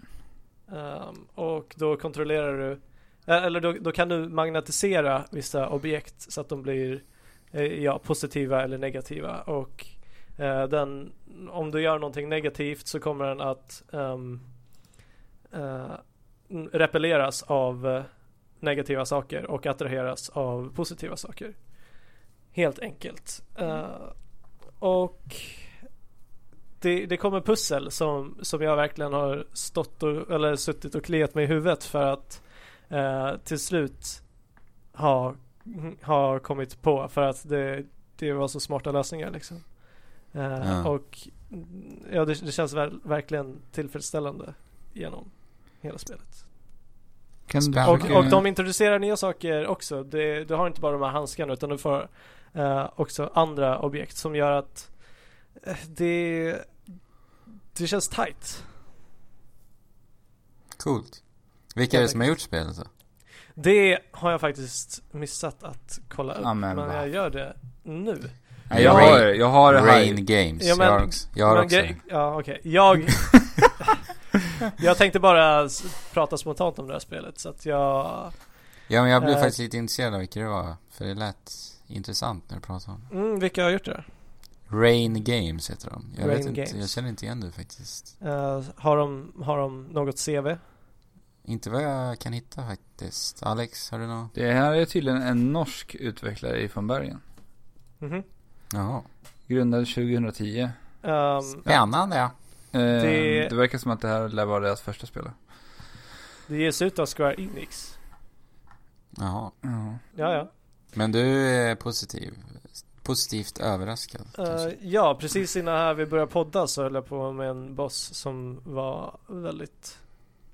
Ehm, och då kontrollerar du, eh, eller då, då kan du magnetisera vissa objekt så att de blir eh, ja, positiva eller negativa. Och eh, den, om du gör någonting negativt så kommer den att ehm, eh, n- repelleras av eh, negativa saker och attraheras av positiva saker. Helt enkelt. Eh, och det, det kommer pussel som, som jag verkligen har stått och, eller suttit och kliat mig i huvudet för att eh, till slut ha, ha kommit på för att det, det var så smarta lösningar liksom. Eh,
Ja.
Och mm, ja, det, det känns ver- verkligen tillfredsställande genom hela spelet.
Kan du
Spännande.
Och,
Okej.
försöka-
och de introducerar nya saker också. Det, du har inte bara de här handskarna utan du får eh, också andra objekt som gör att eh, det, det känns tight.
Coolt. Vilka är det som har gjort spelet då?
Det har jag faktiskt missat att kolla upp.
Ja, men
men
va.
jag gör det nu.
Nej, jag,
Rain-
har, jag har det här.
Rain Games.
Ja, men-
jag har också, jag har
Men
också.
gre- ja, okej.
*laughs*
Jag, jag tänkte bara s- prata spontant om det här spelet så att jag
Ja, men jag blev
eh,
faktiskt lite intresserad av vilka det var. För det lät intressant när du pratade om det.
mm, Vilka har gjort det?
Rain Games heter de. Jag
Rain
vet inte,
Games.
jag känner inte igen det faktiskt.
Eh, har, de, har de något CV?
Inte vad jag kan hitta faktiskt. Alex, har du något?
Det här är tydligen en norsk utvecklare ifrån Bergen.
Mhm.
Jaha.
Grundad 2010.
Ehm,
Spännande ja.
Eh,
Det-
det... verkar som att det här lär vara deras första spel.
Det ges ut av Square Enix.
Jaha.
Ja.
Ja, ja.
Men du är positiv. Positivt överraskad. kanske.
Eh, ja, precis innan här vi började podda så höll jag på med en boss som var väldigt,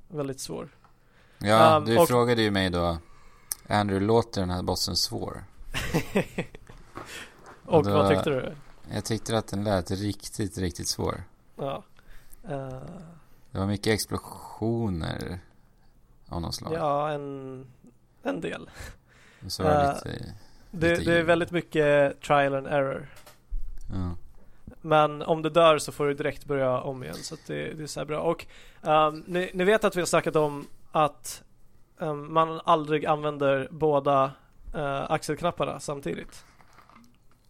väldigt svår.
ja,
ehm,
du
och-
frågade ju mig då. Andrew, låter den här bossen svår?
Och
Då-
vad tyckte du?
Jag tyckte att den lät riktigt, riktigt svår.
Ja. Eh,
Det var mycket explosioner av något slag.
ja, en, en del.
Och så var det
eh,
lite...
Det,
Lite
det är
ljud.
väldigt mycket trial and error.
Ja.
Men om du dör så får du direkt börja om igen så att det, det är så här bra. Och ehm, ni, ni vet att vi har snackat om att ehm, man aldrig använder båda eh, axelknapparna samtidigt.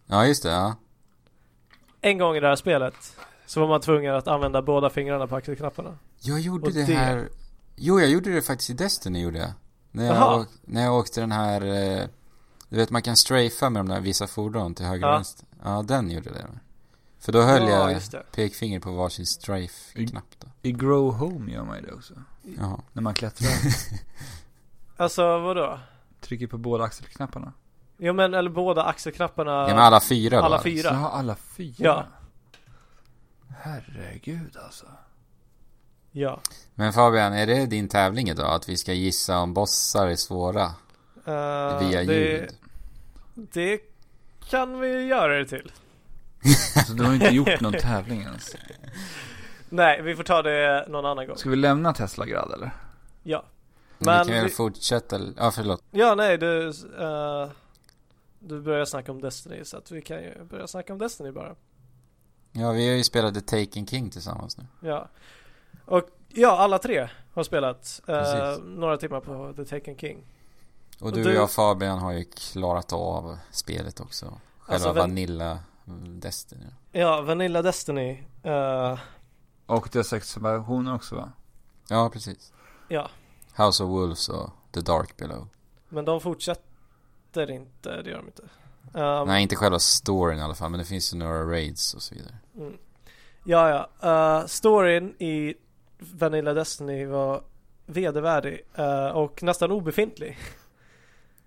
ja, just det. Ja.
En gång i det här spelet så var man tvungen att använda båda fingrarna på axelknapparna.
Jag gjorde
Och
det,
det-
här... Jo, jag gjorde det faktiskt i Destiny gjorde jag. När
Jaha.
jag, åk... när jag åkte den här... eh, Du vet, man kan strafa med de där vissa fordon till höger och
Ja.
vänster. Ja, den gjorde det. För då höll
ja,
jag
just det.
pekfinger på varsin strafe-knapp då.
I Grow Home gör man ju det också.
Jaha.
När
*laughs*
man klättrar,
Alltså vadå?
trycker på båda axelknapparna.
Jo men eller båda axelknapparna.
Ja, men alla fyra då?
alla
alltså.
fyra.
Så har alla fyra?
Ja.
Herregud alltså.
Ja.
Men Fabian, är det din tävling idag? Att vi ska gissa om bossar är svåra?
Eh,
via
det,
ljud?
det kan vi göra det till.
Alltså du har ju inte gjort någon tävling ens.
Nej, vi får ta det någon annan gång.
Ska vi lämna Tesla grad eller?
Ja.
Men
men
vi kan väl
vi-
fortsätta? Ja, förlåt.
Ja, nej du... eh, du börjar snacka om Destiny så att vi kan ju börja snacka om Destiny bara.
Ja, vi har ju spelat The Taken King tillsammans nu.
Ja. Och ja, alla tre har spelat eh,
Precis.
några timmar på The Taken King.
Och
Och
du och
du-
jag Fabian har ju klarat av spelet också. Själva
Alltså, vem-
Vanilla Destiny.
Ja, Vanilla Destiny. eh,
Och dess expansioner också va?
Ja, precis.
ja,
House of Wolves och The Dark Below.
men de fortsätter inte, det gör de inte. Ehm,
Nej, inte själva storyn i alla fall, men det finns ju några raids och så vidare.
Mm. Ja, ja. Eh, storyn i Vanilla Destiny var vedervärdig eh, och nästan obefintlig.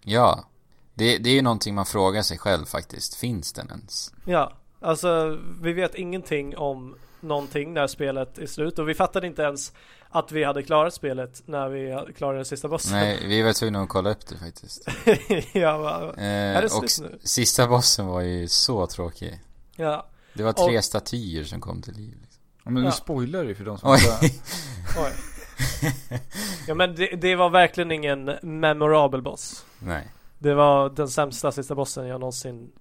Ja. Det, det är ju någonting man frågar sig själv faktiskt. Finns den
*laughs*
ens?
Ja, alltså vi vet ingenting om någonting när spelet är slut och vi fattade inte ens att vi hade klarat spelet när vi hade- klarade den sista bossen.
Nej, vi var tvungna att kolla upp det faktiskt.
*laughs* ja, va-
Eh,
*laughs* är det
och
slut
s-
nu?
sista bossen var ju så tråkig.
Ja,
Det var tre
Och-
statyer som kom till liv. Liksom.
Ja, men
Ja.
vi spoilar ju för de som
Oj.
inte...
*laughs*
oj. ja men det, det var verkligen ingen memorable boss.
Nej.
Det var den sämsta sista bossen jag någonsin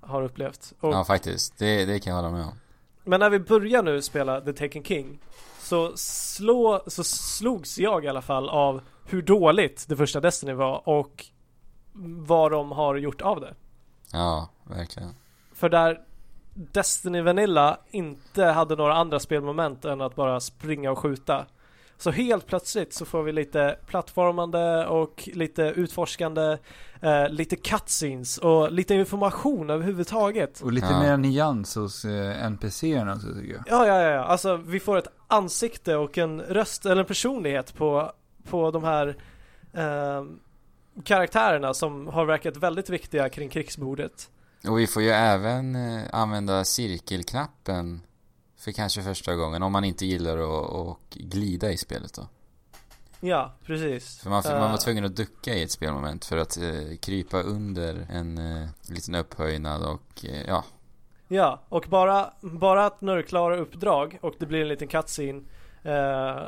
har upplevt. Och
Ja, faktiskt. Det, det kan jag hålla med om.
Men när vi börjar nu spela The Taken King så, slå, så slogs jag i alla fall av hur dåligt det första Destiny var och vad de har gjort av det.
Ja, verkligen.
För där Destiny Vanilla inte hade några andra spelmoment än att bara springa och skjuta. Så helt plötsligt så får vi lite plattformande och lite utforskande, eh, lite cutscenes och lite information överhuvudtaget.
Och lite
Ja.
mer nyans hos eh, NPC-erna också tycker jag.
Ja, ja, ja, ja. Alltså vi får ett ansikte och en röst eller en personlighet på, på de här ehm, karaktärerna som har verkat väldigt viktiga kring krigsbordet.
Och vi får ju även eh, använda cirkelknappen för kanske första gången. Om man inte gillar att att glida i spelet då.
Ja, precis.
För man,
Eh,
man var tvungen att ducka i ett spelmoment för att eh, krypa under en eh, liten upphöjnad och eh, ja.
Ja, och bara, bara att när du klarar uppdrag och det blir en liten cutscene eh,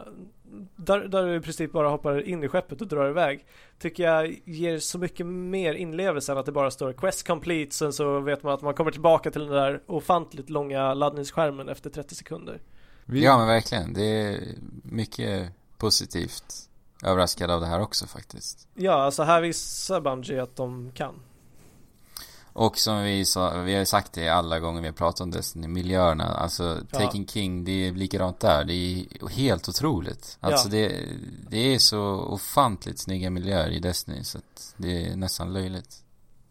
där, där du i princip bara hoppar in i skeppet och drar iväg Tycker jag ger så mycket mer inlevelse än att det bara står Quest complete sen så vet man att man kommer tillbaka till den där ofantligt långa laddningsskärmen efter 30 sekunder
Vi,
Ja men verkligen. Det är mycket positivt överraskad av det här också faktiskt.
Ja, alltså här visar Bungie att de kan.
Och som vi sa, vi har ju sagt det alla gånger vi har pratat om Destiny, miljöerna, alltså
Ja.
Taking King, det är likadant där, det är helt otroligt. Alltså
Ja.
det, det är så ofantligt snygga miljöer i Destiny så att det är nästan löjligt.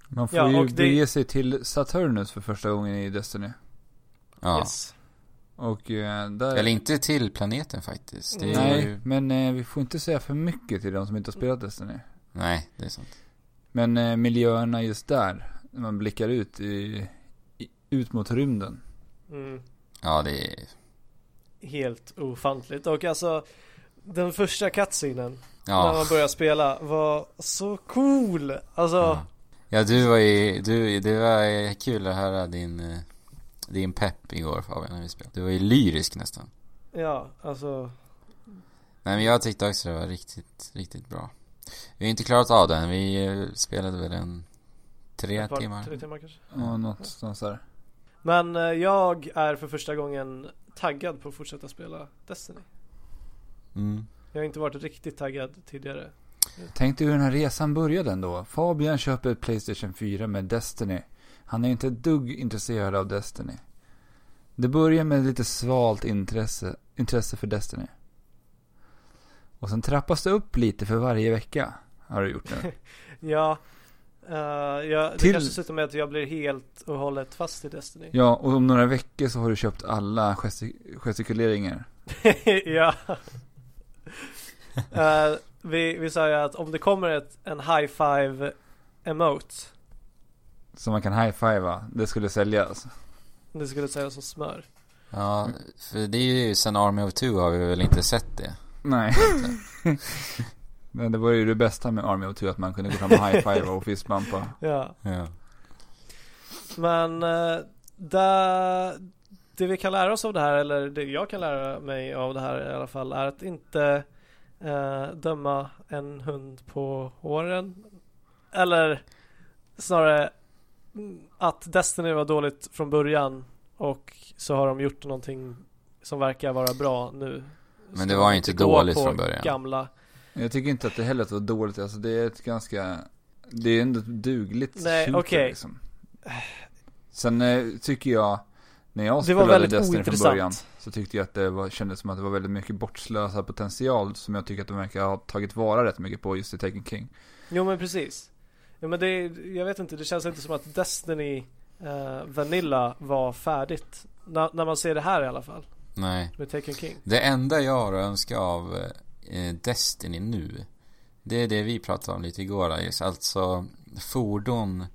Man får
Ja,
ju
och det-
bege sig till Saturnus för första gången i Destiny.
Ja.
Yes.
Och eh, där...
Eller inte till planeten faktiskt. Det är nej.
Nej,
Ju,
men eh, vi får inte säga för mycket till de som inte har spelat Destiny.
nej, det är sant.
Men eh, miljöerna just där, när man blickar ut i, i, ut mot rymden.
Mm.
Ja, det är,
Helt ofantligt. Och alltså, den första cutscenen när
ja.
man börjar spela var så cool! Alltså,
Ja. Ja, du var ju, du, det var kul att höra din, eh, din pepp igår Fabian när vi spelade. Du var ju lyrisk nästan.
ja, alltså,
Nej men jag tyckte också det var riktigt, riktigt bra. Vi har inte klarat av den, vi eh, spelade väl en tre
ett par-
timmar.
tre timmar kanske.
Ja,
Mm.
någonstans där.
Men eh, jag är för första gången taggad på att fortsätta spela Destiny.
Mm.
Jag har inte varit riktigt taggad tidigare.
Tänk dig hur den här resan började ändå. Fabian köper ett Playstation 4 med Destiny. Han är inte ett dugg intresserad av Destiny. Det börjar med lite svalt intresse, intresse för Destiny. Och sen trappas det upp lite för varje vecka. Har du gjort nu.
Ja, Eh, jag, Det
Till-
kanske slutar med att jag blir helt och hållet fast i Destiny.
Ja, och om några veckor så har du köpt alla gestik- gestikuleringar.
*laughs* ja. Eh, vi, vi sa ju att om det kommer ett, en high five emote,
Som man kan high-fivea. Det skulle säljas.
det skulle säga som smör. Mm.
Ja, för det är ju sen Army of Two har vi väl inte sett det.
*laughs*
Nej. Men det var ju det bästa med Army of Two, att man kunde gå fram och high-fivea och fistbumpa.
Ja.
Ja.
Men eh, där, det vi kan lära oss av det här, eller det jag kan lära mig av det här i alla fall, är att inte eh, döma en hund på håren. Eller snarare mm, att Destiny var dåligt från början och så har de gjort någonting som verkar vara bra nu.
Men
Så
det var ju
man
inte
gå
dåligt
på
från början.
Gamla.
Jag tycker inte att det heller att det var dåligt. Alltså det är ett ganska... Det är ändå ett dugligt
Nej,
shooter,
okej.
liksom. Sen eh, tycker jag, när jag
Det var
spelade
väldigt
Destiny från
ointressant.
början så tyckte jag att det var, kändes som att det var väldigt mycket bortslösad potential som jag tycker att de verkar ha tagit vara rätt mycket på just i Taken King.
Jo men precis. Ja, men det, jag vet inte, det känns inte som att Destiny eh, Vanilla var färdigt. Na, när man ser det här i alla fall.
Nej.
Med Taken King.
Det enda jag har att önska av eh, Destiny nu, det är det vi pratade om lite igår, Agis. Alltså fordon,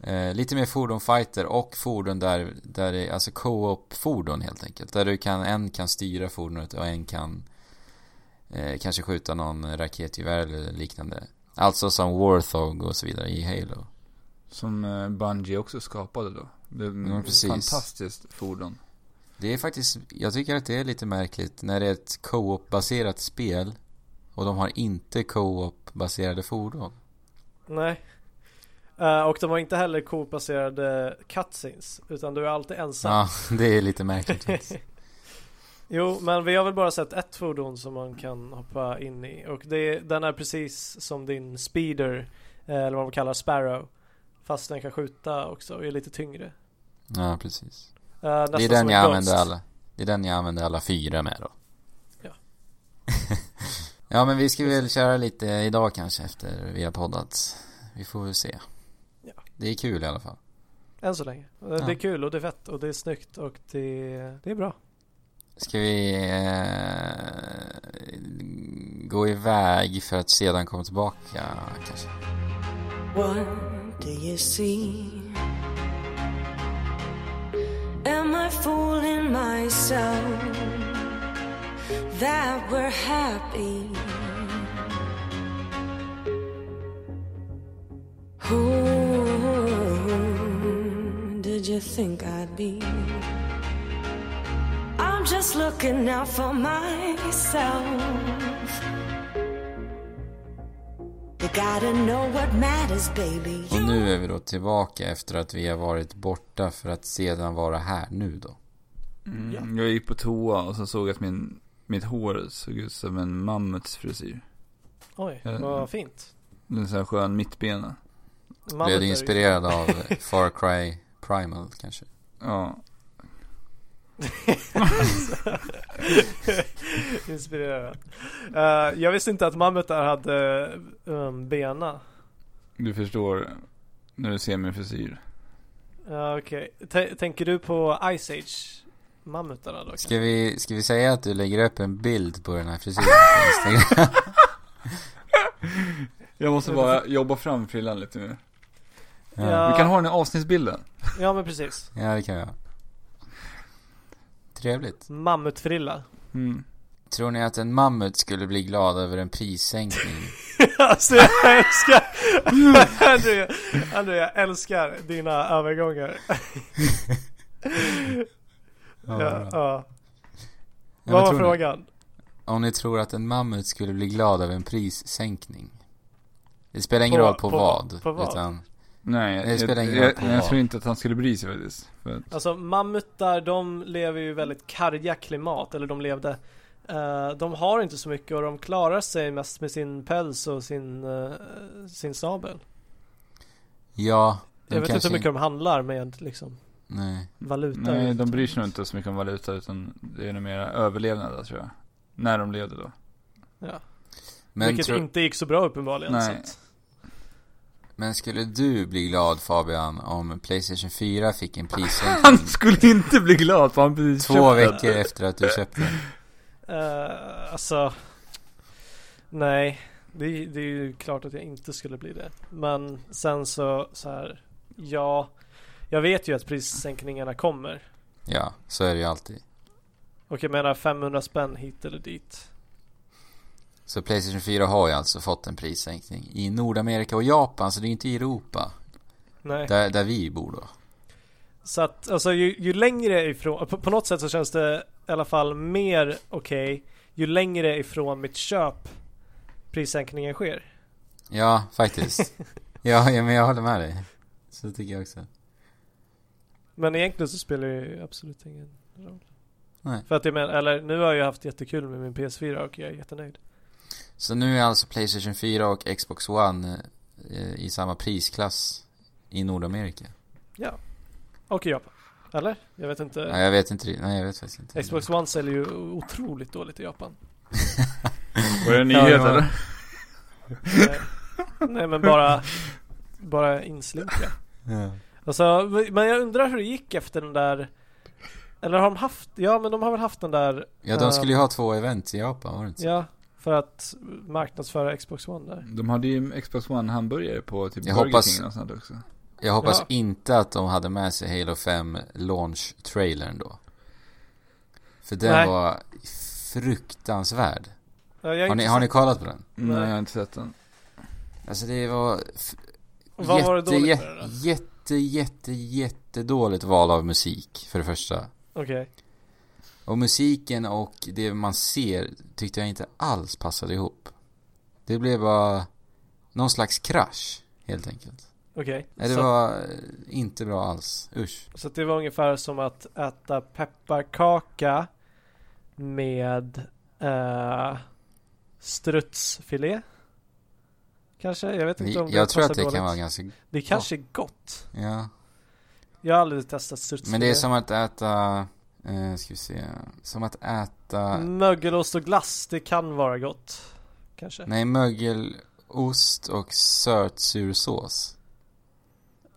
eh, lite mer fordonfighter och fordon där, där det, alltså co-op fordon helt enkelt. Där du kan, en kan styra fordonet och en kan eh, kanske skjuta någon raketgevär eller liknande. Alltså som Warthog och så vidare i Halo.
Som eh, Bungie också skapade då. Det är
Ja,
ett
precis.
fantastiskt fordon.
Det är faktiskt, jag tycker att det är lite märkligt när det är ett co-op-baserat spel och de har inte co-op-baserade fordon.
Nej. Eh, och de har inte heller Coop-baserade cutscenes. Utan du är alltid ensam.
Ja, *laughs* det är lite märkligt faktiskt.
Jo, men vi har väl bara sett ett fordon som man kan hoppa in i och det, den är precis som din Speeder, eh, eller vad man kallar Sparrow. Fast den kan skjuta också och är lite tyngre. Eh,
Ja, precis.
nästan
Det är
som
den
en
jag
Ghost.
använder alla, det är den jag använder alla fyra med då.
Ja.
*laughs* ja, men vi ska väl köra lite idag kanske efter vi har poddat. Vi får väl se.
Ja.
Det är kul i alla fall.
Än så länge. Eh, Det
Ja.
är kul och det är fett och det är snyggt och det, det är bra.
Ska vi eh, gå iväg för att sedan komma tillbaka kanske?
What do you see? Am I fooling myself that we're happy? Who did you think I'd be? I'm just looking out for myself. You gotta know what matters, baby.
Och nu är vi då tillbaka efter att vi har varit borta för att sedan vara här nu då.
Mm.
Ja.
Jag gick på toa och så såg jag att min, mitt hår såg ut som en mammuts frisyr.
Oj,
Ja.
vad fint.
En sån här skön mittbena.
Mammut
Blev
är
du
ju-
inspirerad av eh, Far Cry Primal kanske?
Ja.
*laughs* Inspirerad. Eh, jag visste inte att mammutar hade um, bena.
Du förstår när du ser min frisyr.
Ja, Eh, Okej, T- tänker du på Ice Age mammutarna då? kanske?
Ska vi, ska vi säga att du lägger upp en bild på den här
*laughs*
frisyren på Instagram?
Jag måste bara jobba fram frillan lite mer.
Ja,
Vi kan ha den i avsnittsbilden.
Ja men precis.
ja det kan jag. Trevligt. *laughs*
Mammutfrilla.
Mm.
Tror ni att en mammut skulle bli glad över en prissänkning?
alltså jag älskar, Andrew, Andrew, jag älskar dina övergångar.
Ja,
*laughs* ja,
bra.
ja.
men
Vad var
tror ni-
frågan?
Om ni tror att en mammut skulle bli glad över en prissänkning? Det spelar ingen
På-
roll på,
på-
vad.
på vad?
Utan,
Nej,
Det
jag,
spelar
jag,
ingen roll
jag,
på vad.
tror inte att han skulle bry sig faktiskt. För att,
Alltså mammutar, de lever ju i väldigt karga klimat, eller de levde eh, De har inte så mycket och de klarar sig mest med sin päls och sin, eh, sin sabel
ja. de
Jag vet inte
kanske
hur mycket de handlar med liksom
Nej.
valuta
nej, de bryr sig nog inte så mycket om valuta utan det är nog mera överlevnad tror jag. När de levde då.
ja.
Men
Vilket
tro,
inte gick så bra uppenbarligen
Nej.
så att,
Men skulle du bli glad Fabian om Playstation 4 fick en
*laughs* Han
prissänkning
skulle inte bli glad för han precis
två
köpt den.
veckor efter att du köpte den?
Eh, alltså, nej. Det, det är ju klart att jag inte skulle bli det. Men sen så, så här, ja. Jag vet ju att prissänkningarna kommer.
Ja, så är det ju alltid.
Och jag menar 500 spänn hit eller dit.
Så Playstation 4 har ju alltså fått en prissänkning i Nordamerika och Japan, så det är ju inte i Europa.
Nej.
Där, där vi bor då.
Så att, alltså ju, ju längre ifrån, på, på något sätt så känns det i alla fall mer okej ju längre ifrån mitt köp prissänkningen sker.
Ja, faktiskt. ja, ja, men jag håller med dig. Så tycker jag också.
Men egentligen så spelar det ju absolut ingen roll.
Nej.
För att jag menar, eller nu har jag haft jättekul med min PS4 och jag är jättenöjd.
Så nu är alltså Playstation 4 och Xbox One eh, i samma prisklass i Nordamerika?
Och i Japan. Eller? Jag vet inte.
Nej, jag vet inte. ri- Nej, jag vet faktiskt inte. *laughs*
Xbox One säljer ju otroligt dåligt i Japan.
Var det en
Ja,
nyhet
det var-
eller?
*laughs*
Nej. Nej men bara, bara inslinka.
Ja.
Alltså, men jag undrar hur det gick efter den där Eller har de haft, ja men de har väl haft den där
Ja, de skulle ju ha två event i Japan, var det inte så?
Eh. Ja, för att marknadsföra Xbox One där
De hade ju Xbox One hamburgare på typ
Jag
Burger
hoppas-
King och sånt också.
Jag hoppas
Ja.
inte att de hade med sig Halo 5 launch-trailern då. För den
Nej.
var fruktansvärd.
Ja, jag är
Har ni,
inte
har ni
så-
kollat på den?
Nej,
Nej.
jag har inte sett den.
Alltså det var... f-
Vad var det dåligt med
jätte,
den då?
jätte, jätte, jätte dåligt val av musik, för det första.
Okej,
Och musiken och det man ser tyckte jag inte alls passade ihop. Det blev bara någon slags krasch, helt enkelt.
okej
Nej, det
så,
var eh, inte bra alls. Usch.
så att det var ungefär som att äta pepparkaka med eh, strutsfilé Kanske, jag vet inte om det
Jag tror
passar
att det
dåligt.
kan vara ganska...
Det kanske är gott
Ja.
Jag har aldrig testat strutsfilé
Men det är som att äta... Eh, ska vi se. Som att äta...
Mm. Mögelost och glass, det kan vara gott Kanske
Nej, mögelost och sötsur sås.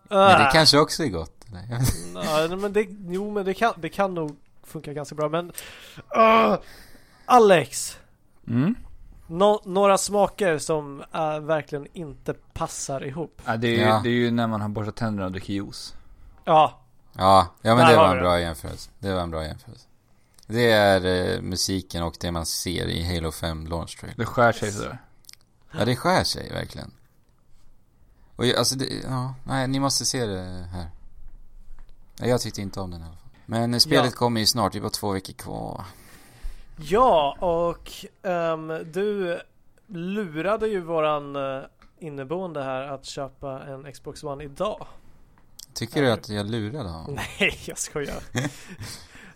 Ah.
Men det kanske också är gott. eller? Jag vet inte.
Ja, nej, men det, jo men det kan, det kan nog funka ganska bra men Ah! Alex!
Mm.
Nå- några smaker som äh, verkligen inte passar ihop
Ja, det, är ju,
Ja.
det är ju när man har borstat tänderna och dricker juice.
Ja,
Ja, ja men
Där
det
har
var
vi
en bra jämförelse. Det var en bra jämförelse. Det är eh, musiken och det man ser i Halo 5 Launch Trail.
Det skär sig sådär.
Ja, det skär sig verkligen. Och jag, alltså, det, ja, nej, ni måste se det här. Nej, Jag tyckte inte om den i alla fall. Men eh, spelet
Ja.
kommer ju snart, det är bara två veckor kvar.
ja och ehm, du lurade ju våran eh, inneboende här att köpa en Xbox One idag
Tycker du att jag lurade honom?
Nej jag skojar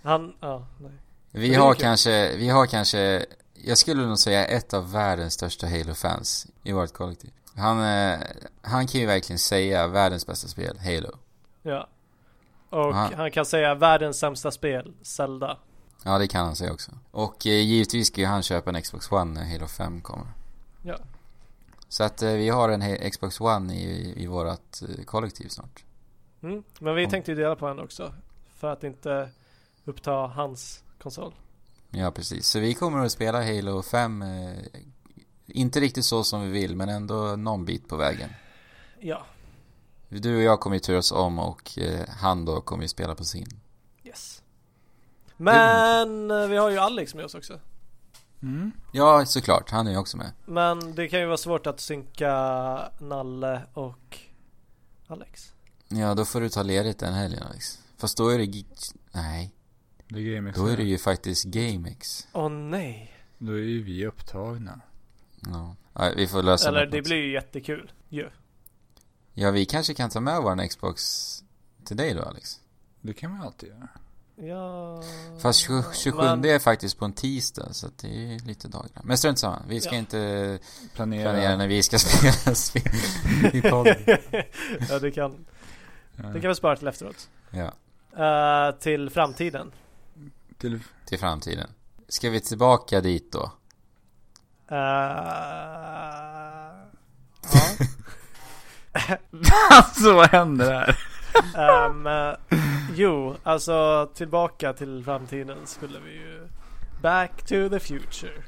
Han, ja, nej
Vi
Det är
har
kul.
kanske, vi har kanske, jag skulle nog säga ett av världens största Halo-fans i vårt kollektiv. Han, eh, han kan ju verkligen säga världens bästa spel, Halo.
Ja Och
Aha.
han kan säga världens sämsta spel, Zelda
Ja, det kan han säga också. Och eh, givetvis ska ju han köpa en Xbox One när Halo 5 kommer.
Ja.
Så att eh, vi har en he- Xbox One i, i vårat eh, kollektiv snart.
Mm. Men vi
Om-
tänkte ju dela på en också. För att inte uppta hans konsol.
Ja, precis. Så vi kommer att spela Halo 5, eh, inte riktigt så som vi vill, men ändå någon bit på vägen.
Ja.
Du och jag kommer ju turas om och eh, han då kommer ju spela på sin.
Yes. Men eh, vi har ju Alex med oss också.
Mm.
Ja, såklart. Han är ju också med.
Men det kan ju vara svårt att synka Nalle och Alex.
Ja, då får du ta ledigt den helgen, Alex. Fast då är det... gi- Nej,
Det är GameX.
då är det ju faktiskt GameX.
Åh nej.
Då är ju vi upptagna.
Ja. Ja, vi får lösa
Eller
på
Alltså, det
något
blir ju jättekul ju.
Ja, vi kanske kan ta med våran Xbox till dig då, Alex.
Det kan man ju alltid göra.
Ja.
Fast 20 27
Men-
är faktiskt på en tisdag, så att det är lite dagar. Men strunt samma. Vi ska
Ja.
inte
Planera.
planera när vi ska *laughs* spela spel i podden.
ja det kan.
Ja.
Det kan vi spara till efteråt.
Ja,
Eh, till framtiden.
Till...
till framtiden. Ska vi tillbaka dit då?
Eh, ja.
alltså vad händer här?
Ehm, eh, jo, alltså tillbaka till framtiden skulle vi ju... Back to the future.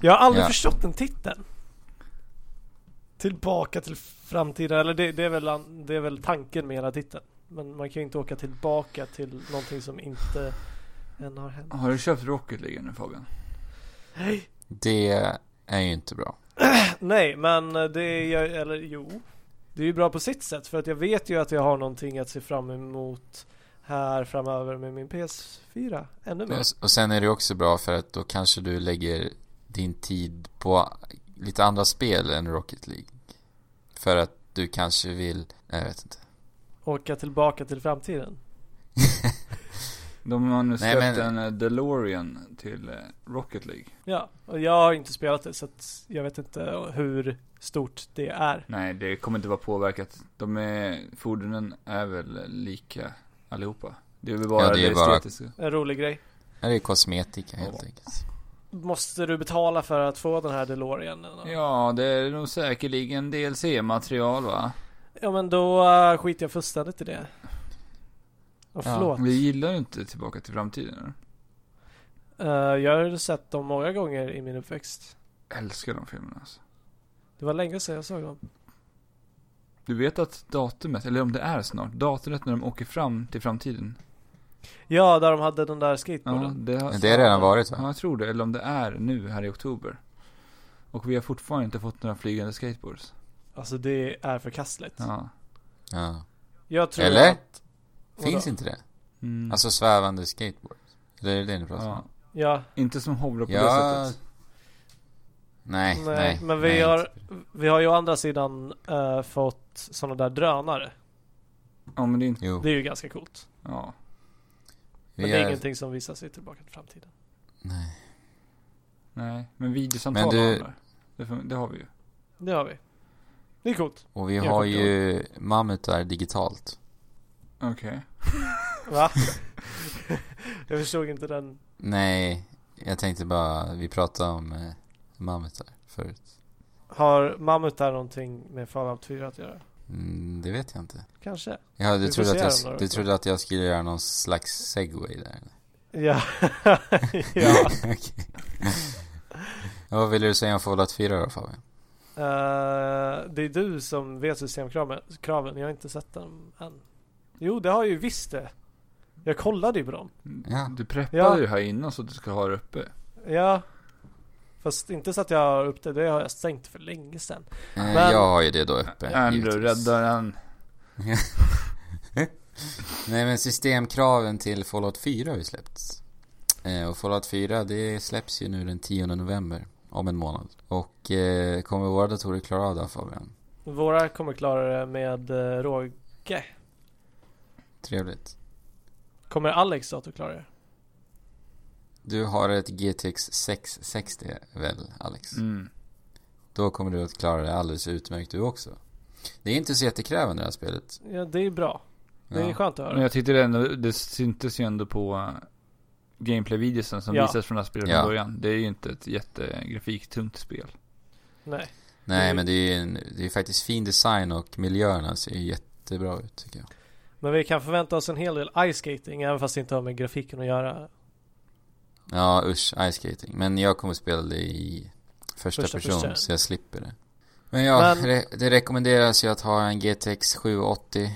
Jag har aldrig
Ja.
förstått den titeln. Tillbaka till framtiden, eller det, det, är väl, an- det är väl tanken med hela titeln. Men man kan ju inte åka tillbaka till någonting som inte än har hänt.
Har du köpt Rocket League nu Fabian?
Nej,
Det är ju inte bra.
nej men det är jag, eller jo. Det är ju bra på sitt sätt för att jag vet ju att jag har någonting att se fram emot här framöver med min PS4. Ännu mer.
Och sen är det också bra för att då kanske du lägger din tid på lite andra spel än Rocket League. För att du kanske vill, jag vet inte.
Åka tillbaka till framtiden.
De har nu
Nej,
släppt
men-
en eh, DeLorean till eh, Rocket League.
Ja, och jag har inte spelat det så att jag vet inte hur stort det är.
Nej, det kommer inte vara påverkat. De är, fordonen är väl lika allihopa. Det är väl bara
Ja,
det,
det är bara-
estetiska.
En rolig grej.
Ja, Det är kosmetika helt
Ja.
enkelt.
Måste du betala för att få den här DeLorean? eller?
Ja, det är nog säkerligen DLC-material va?
ja men då äh, skiter jag fullständigt i det. Och
Ja,
förlåt.
Vi gillar ju inte Tillbaka till framtiden. eller?
Eh, jag har sett dem många gånger i min uppväxt.
Älskar de filmerna alltså.
Det var länge sedan jag såg dem.
Du vet att datumet, eller om det är snart, datumet när de åker fram till framtiden.
Ja, där de hade den där
Ja,
skateboarden.
det, har,
Men det har redan varit
ja,
va?
jag tror det. Eller om det är nu här i oktober. Och vi har fortfarande inte fått några flygande skateboards.
Alltså det är förkastligt.
Ja.
Ja.
Jag tror
Eller?
att...
Finns
Vadå?
inte det?
Mm.
Alltså svävande skateboard. Eller är det det ni pratar om?
ja.
Ja,
Inte som hovrar på
Ja,
det sättet.
Nej,
nej,
nej.
men vi
nej,
har...
inte.
Vi har ju å andra sidan eh, fått sådana där drönare.
Ja, men det är inte...
Jo,
Det är ju ganska coolt.
Ja.
Men
vi
det är
är...
ingenting som visar sig tillbaka till framtiden.
Nej.
Nej, men videosamtal
Men du-
handlar. det, fun- det har vi ju.
Det har vi. Det är coolt.
Och vi
Jag
har
kommer inte
ju mammutar digitalt.
Okej.
Va? *laughs* jag förstod inte den.
Nej, jag tänkte bara, vi pratade om eh, mammutar förut.
Har mammutar någonting med Fallout 4 att göra?
Mm, det vet jag inte.
Kanske.
Ja, du
Vi får
trodde,
se
att
dem
jag,
då, liksom.
du
då.
trodde att jag skulle göra någon slags segway där eller?
Ja. *laughs* ja.
*laughs* Okej. Ja, Vad ville du säga om Fallout 4 då Fabian?
Eh, det är du som vet systemkraven. kraven. Jag har inte sett dem än. Jo, det har jag ju visst det. Jag kollade ju på dem.
Ja.
Du preppade
Ja.
ju här innan så att du ska ha det uppe.
Ja. Fast inte så att jag har upp det. Det har jag stängt för länge sedan.
Eh,
Men-
jag har ju det då öppe.
Andrew,
givetvis.
räddar han.
*laughs* Nej men systemkraven till Fallout 4 har ju släppts. Eh, och Fallout 4 det släpps ju nu den 10 november. Om en månad. Och eh, kommer våra datorer klara av det här, Fabian?
Våra kommer klara det med eh, råg...
Trevligt.
Kommer Alex dator klara det?
Du har ett GTX 660 väl Alex?
Mm.
Då kommer du att klara det alldeles utmärkt du också. Det är inte så jättekrävande det här spelet.
Ja, det är bra. Det är
Ja.
skönt att
Men
höra.
jag tyckte det ändå, det syntes ju ändå på eh, gameplay-videosen som
Ja.
visades från det här spelet
Ja.
från början. Det är ju inte ett jättegrafiktungt spel.
Nej.
Nej
Det-
men det är, ju en, det är faktiskt fin design och miljöerna ser jättebra ut tycker jag.
Men vi kan förvänta oss en hel del ice skating även fast det inte har med grafiken att göra.
Ja usch, ice skating. Men jag kommer spela det i första,
Första
person
person.
så jag slipper det. Men ja,
Men-
Re, det rekommenderas ju att ha en GTX 780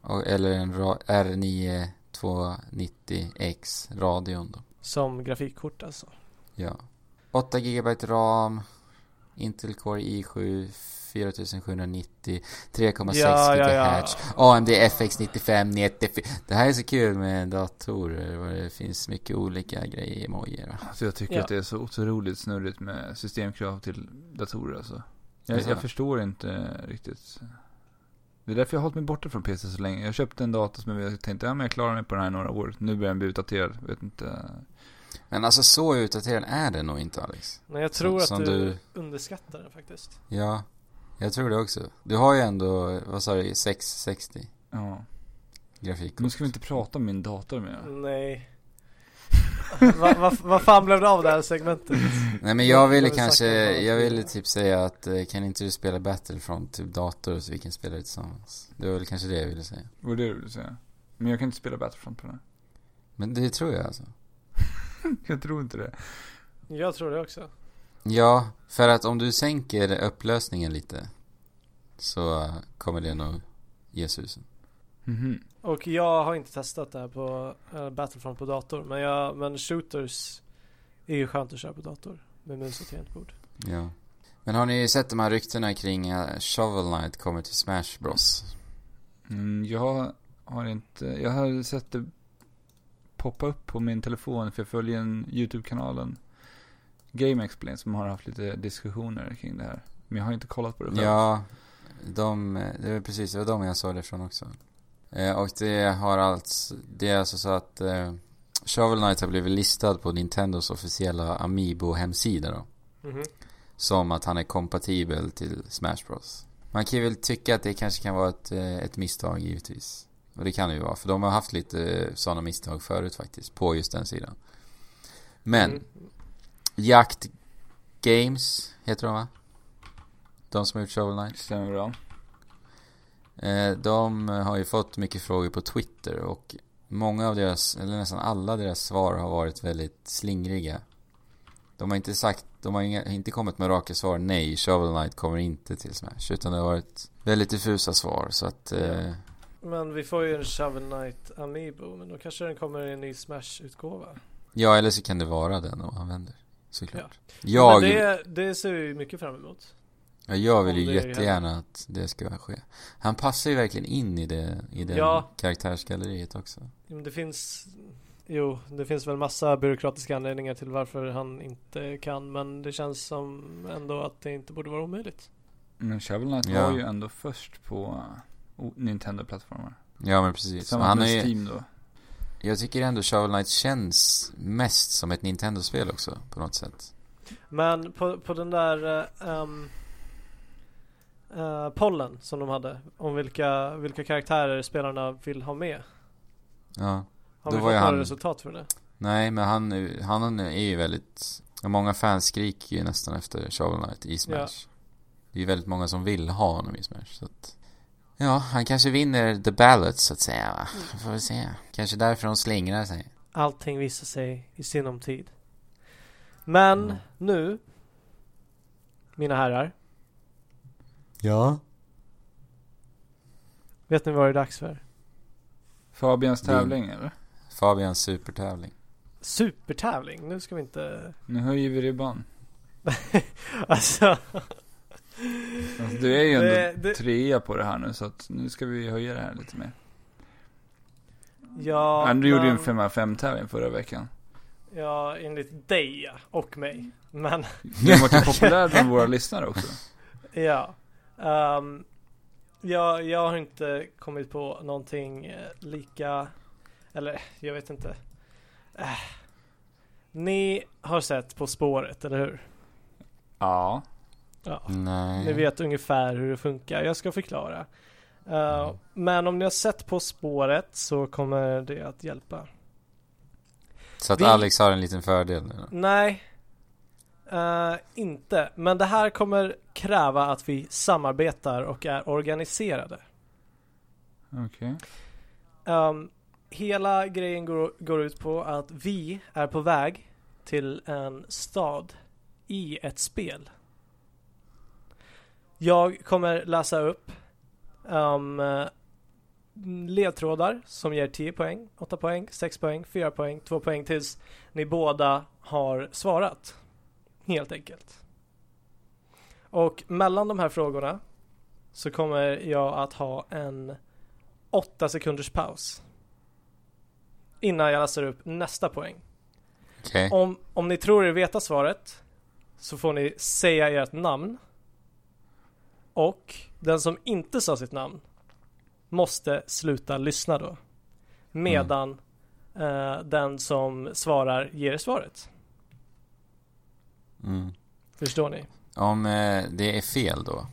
och, eller en ra, R9 290X radion då.
Som grafikkort alltså.
Ja. 8 GB RAM, Intel Core i7, 4790, 3,6
Ja, ja, ja.
GHz, AMD FX 95, 94. Det här är så kul med datorer och det finns mycket olika grejer i emojier. va?
Alltså jag tycker
Ja.
att det är så otroligt snurrigt med systemkrav till datorer alltså. Jag,
Jaså?
jag förstår inte riktigt. Det är därför jag har hållit mig borta från PC så länge. Jag köpte en dator som jag tänkte, ja men jag klarar mig på den här i några år. Nu börjar den bli utdaterad. Vet inte.
Men alltså så utdaterad är den nog inte Alex.
Men jag tror
Som- som
att du,
du-
underskattar den faktiskt.
Ja, jag tror det också. Du har ju ändå, vad sa du, 660
Ja.
grafik.
Nu ska vi inte prata om min dator mer.
Nej. Vad *laughs* va, va fan blev det av det här segmentet?
Nej men jag ville
Jag vill
kanske,
snacka om-
jag ville typ säga att eh, kan inte du spela Battlefront typ dator så vi kan spela det tillsammans? Det var väl kanske det jag ville säga.
Vad är det du ville säga? Men jag kan inte spela Battlefront på den här.
Men det tror jag alltså.
Jag tror inte det.
Jag tror det också.
Ja, för att om du sänker upplösningen lite så eh, kommer det nog ge susen.
Mhm.
Och jag har inte testat det här på eh, Battlefront på dator. Men, jag, men shooters är ju skönt att köra på dator. Med mus och tangentbord.
Ja. Men har ni sett de här ryktena kring att Shovel Knight kommer till Smash Bros?
Mm, jag har inte, jag har sett det poppa upp på min telefon för jag följer en YouTube-kanalen Game Explain som har haft lite diskussioner kring det här. Men jag har inte kollat på det själv.
Ja, de, eh, det var precis, det var de jag såg det från också. Eh, och det har alltså, det är alltså så att eh, Shovel Knight har blivit listad på Nintendos officiella Amiibo-hemsida då. Som att han är kompatibel till Smash Bros. Man kan ju väl tycka att det kanske kan vara ett, eh, ett misstag givetvis. Och det kan det ju vara, för de har haft lite sådana misstag förut faktiskt, på just den sidan. Men,
Mm.
Jakt Games heter de va? De som har gjort Shovel Knight.
Stämmer bra.
Eh, De har ju fått mycket frågor på Twitter och många av deras, eller nästan alla deras svar har varit väldigt slingriga. De har inte sagt, de har inga, inte kommit med raka svar, nej, Shovel Knight kommer inte till Smash, utan det har varit väldigt diffusa svar så att eh,
Men vi får ju en Shovel Knight Amiibo. Men då kanske den kommer i en ny Smash-utgåva.
ja, eller så kan det vara den de använder, såklart.
Men
Jag,
det, det ser vi ju mycket fram emot.
ja, jag vill
om
ju
det är-
jättegärna att det ska ske. Han passar ju verkligen in i det, i den
Ja.
karaktärsgalleriet också.
Men Det finns Jo, det finns väl massa byråkratiska anledningar till varför han inte kan Men det känns som ändå att det inte borde vara omöjligt
Men Shovel Knight
Ja.
var ju ändå först på eh, o- Nintendo-plattformar.
Ja men precis.
Tillsammans
Han
med
är ju,
Steam då.
Jag tycker ändå Shovel Knight känns mest som ett Nintendo-spel också på något sätt.
Men på, på den där eh, ehm, eh, pollen som de hade Om vilka, vilka karaktärer spelarna vill ha med
Ja.
Har
Då var ju
vi fått några
han-
resultat för det?
Nej, men han, han är ju väldigt... Många fans skriker ju nästan efter Shovel Knight i Smash.
Ja.
Det är ju väldigt många som vill ha honom i Smash. Så att, ja, han kanske vinner the ballot så att säga va.
Mm.
Vi får vi se. Kanske därför de slingrar sig.
Allting visar sig i sinom tid Men
Mm.
nu Mina herrar
Ja.
Vet ni vad det är dags för?
Fabians
Din.
tävling eller?
Fabians supertävling.
Supertävling! Nu ska vi inte *laughs*
Nu höjer vi ribban.
Alltså,
Alltså, du är ju ändå
Det- det-
trea på det här nu så att nu ska vi höja det här lite mer.
ja,
Ja, du gjorde ju en 5 av 5 tävling förra veckan.
Ja, enligt dig ja, och mig. Men
Du har
*laughs*
varit populär bland våra lyssnare också.
ja. Um, jag, jag har inte kommit på någonting eh, lika, eller jag vet inte. Äh. Ni har sett På spåret, eller hur?
Ja.
Ja.
Nej.
Ni vet ungefär hur det funkar. Jag ska förklara. Eh,
Mm.
Men om ni har sett På spåret så kommer det att hjälpa.
Så att
vi-
Alex har en liten fördel nu då.
Nej. Eh, inte. Men det här kommer kräva att vi samarbetar och är organiserade.
Okej.
Alltså Ehm, hela grejen går, går ut på att vi är på väg till en stad i ett spel. Jag kommer läsa upp ehm, eh, ledtrådar som ger 10 poäng, 8 poäng, 6 poäng, 4 poäng, 2 poäng tills ni båda har svarat. Helt enkelt. Och mellan de här frågorna så kommer jag att ha en åtta sekunders paus. Innan jag läser upp nästa poäng.
Okej.
Om, om ni tror er veta svaret så får ni säga ert namn. Och den som inte sa sitt namn måste sluta lyssna då. Medan eh, den som svarar ger svaret.
Mm.
Förstår ni?
Om eh, det är fel då?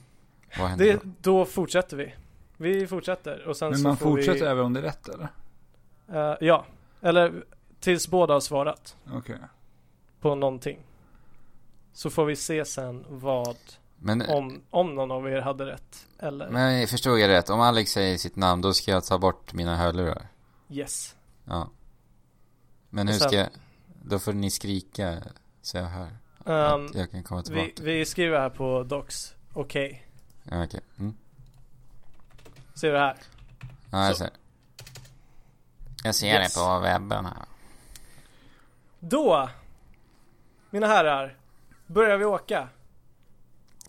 Vad händer
Det,
då?
då fortsätter vi. Vi fortsätter och sen
Men
så
man
får
fortsätter
vi...
även om det är rätt eller?
Eh, ja, eller Tills båda har svarat
Okej.
på någonting. Så får vi se sen vad,
Men,
om, om någon av er hade rätt. Eller
men förstod jag rätt? Om Alex säger sitt namn, då ska jag ta bort mina hörlurar?
yes.
Ja. Men hur
Och sen-
ska jag... Då får ni skrika så jag hör.
Ehm,
att jag kan komma tillbaka.
vi, vi skriver här på Docs. Okej.
Ja, okej. Mm.
Ser du här?
Ja, jag
Så.
ser. Jag ser
Yes.
det på webben här.
Då, mina herrar, börjar vi åka.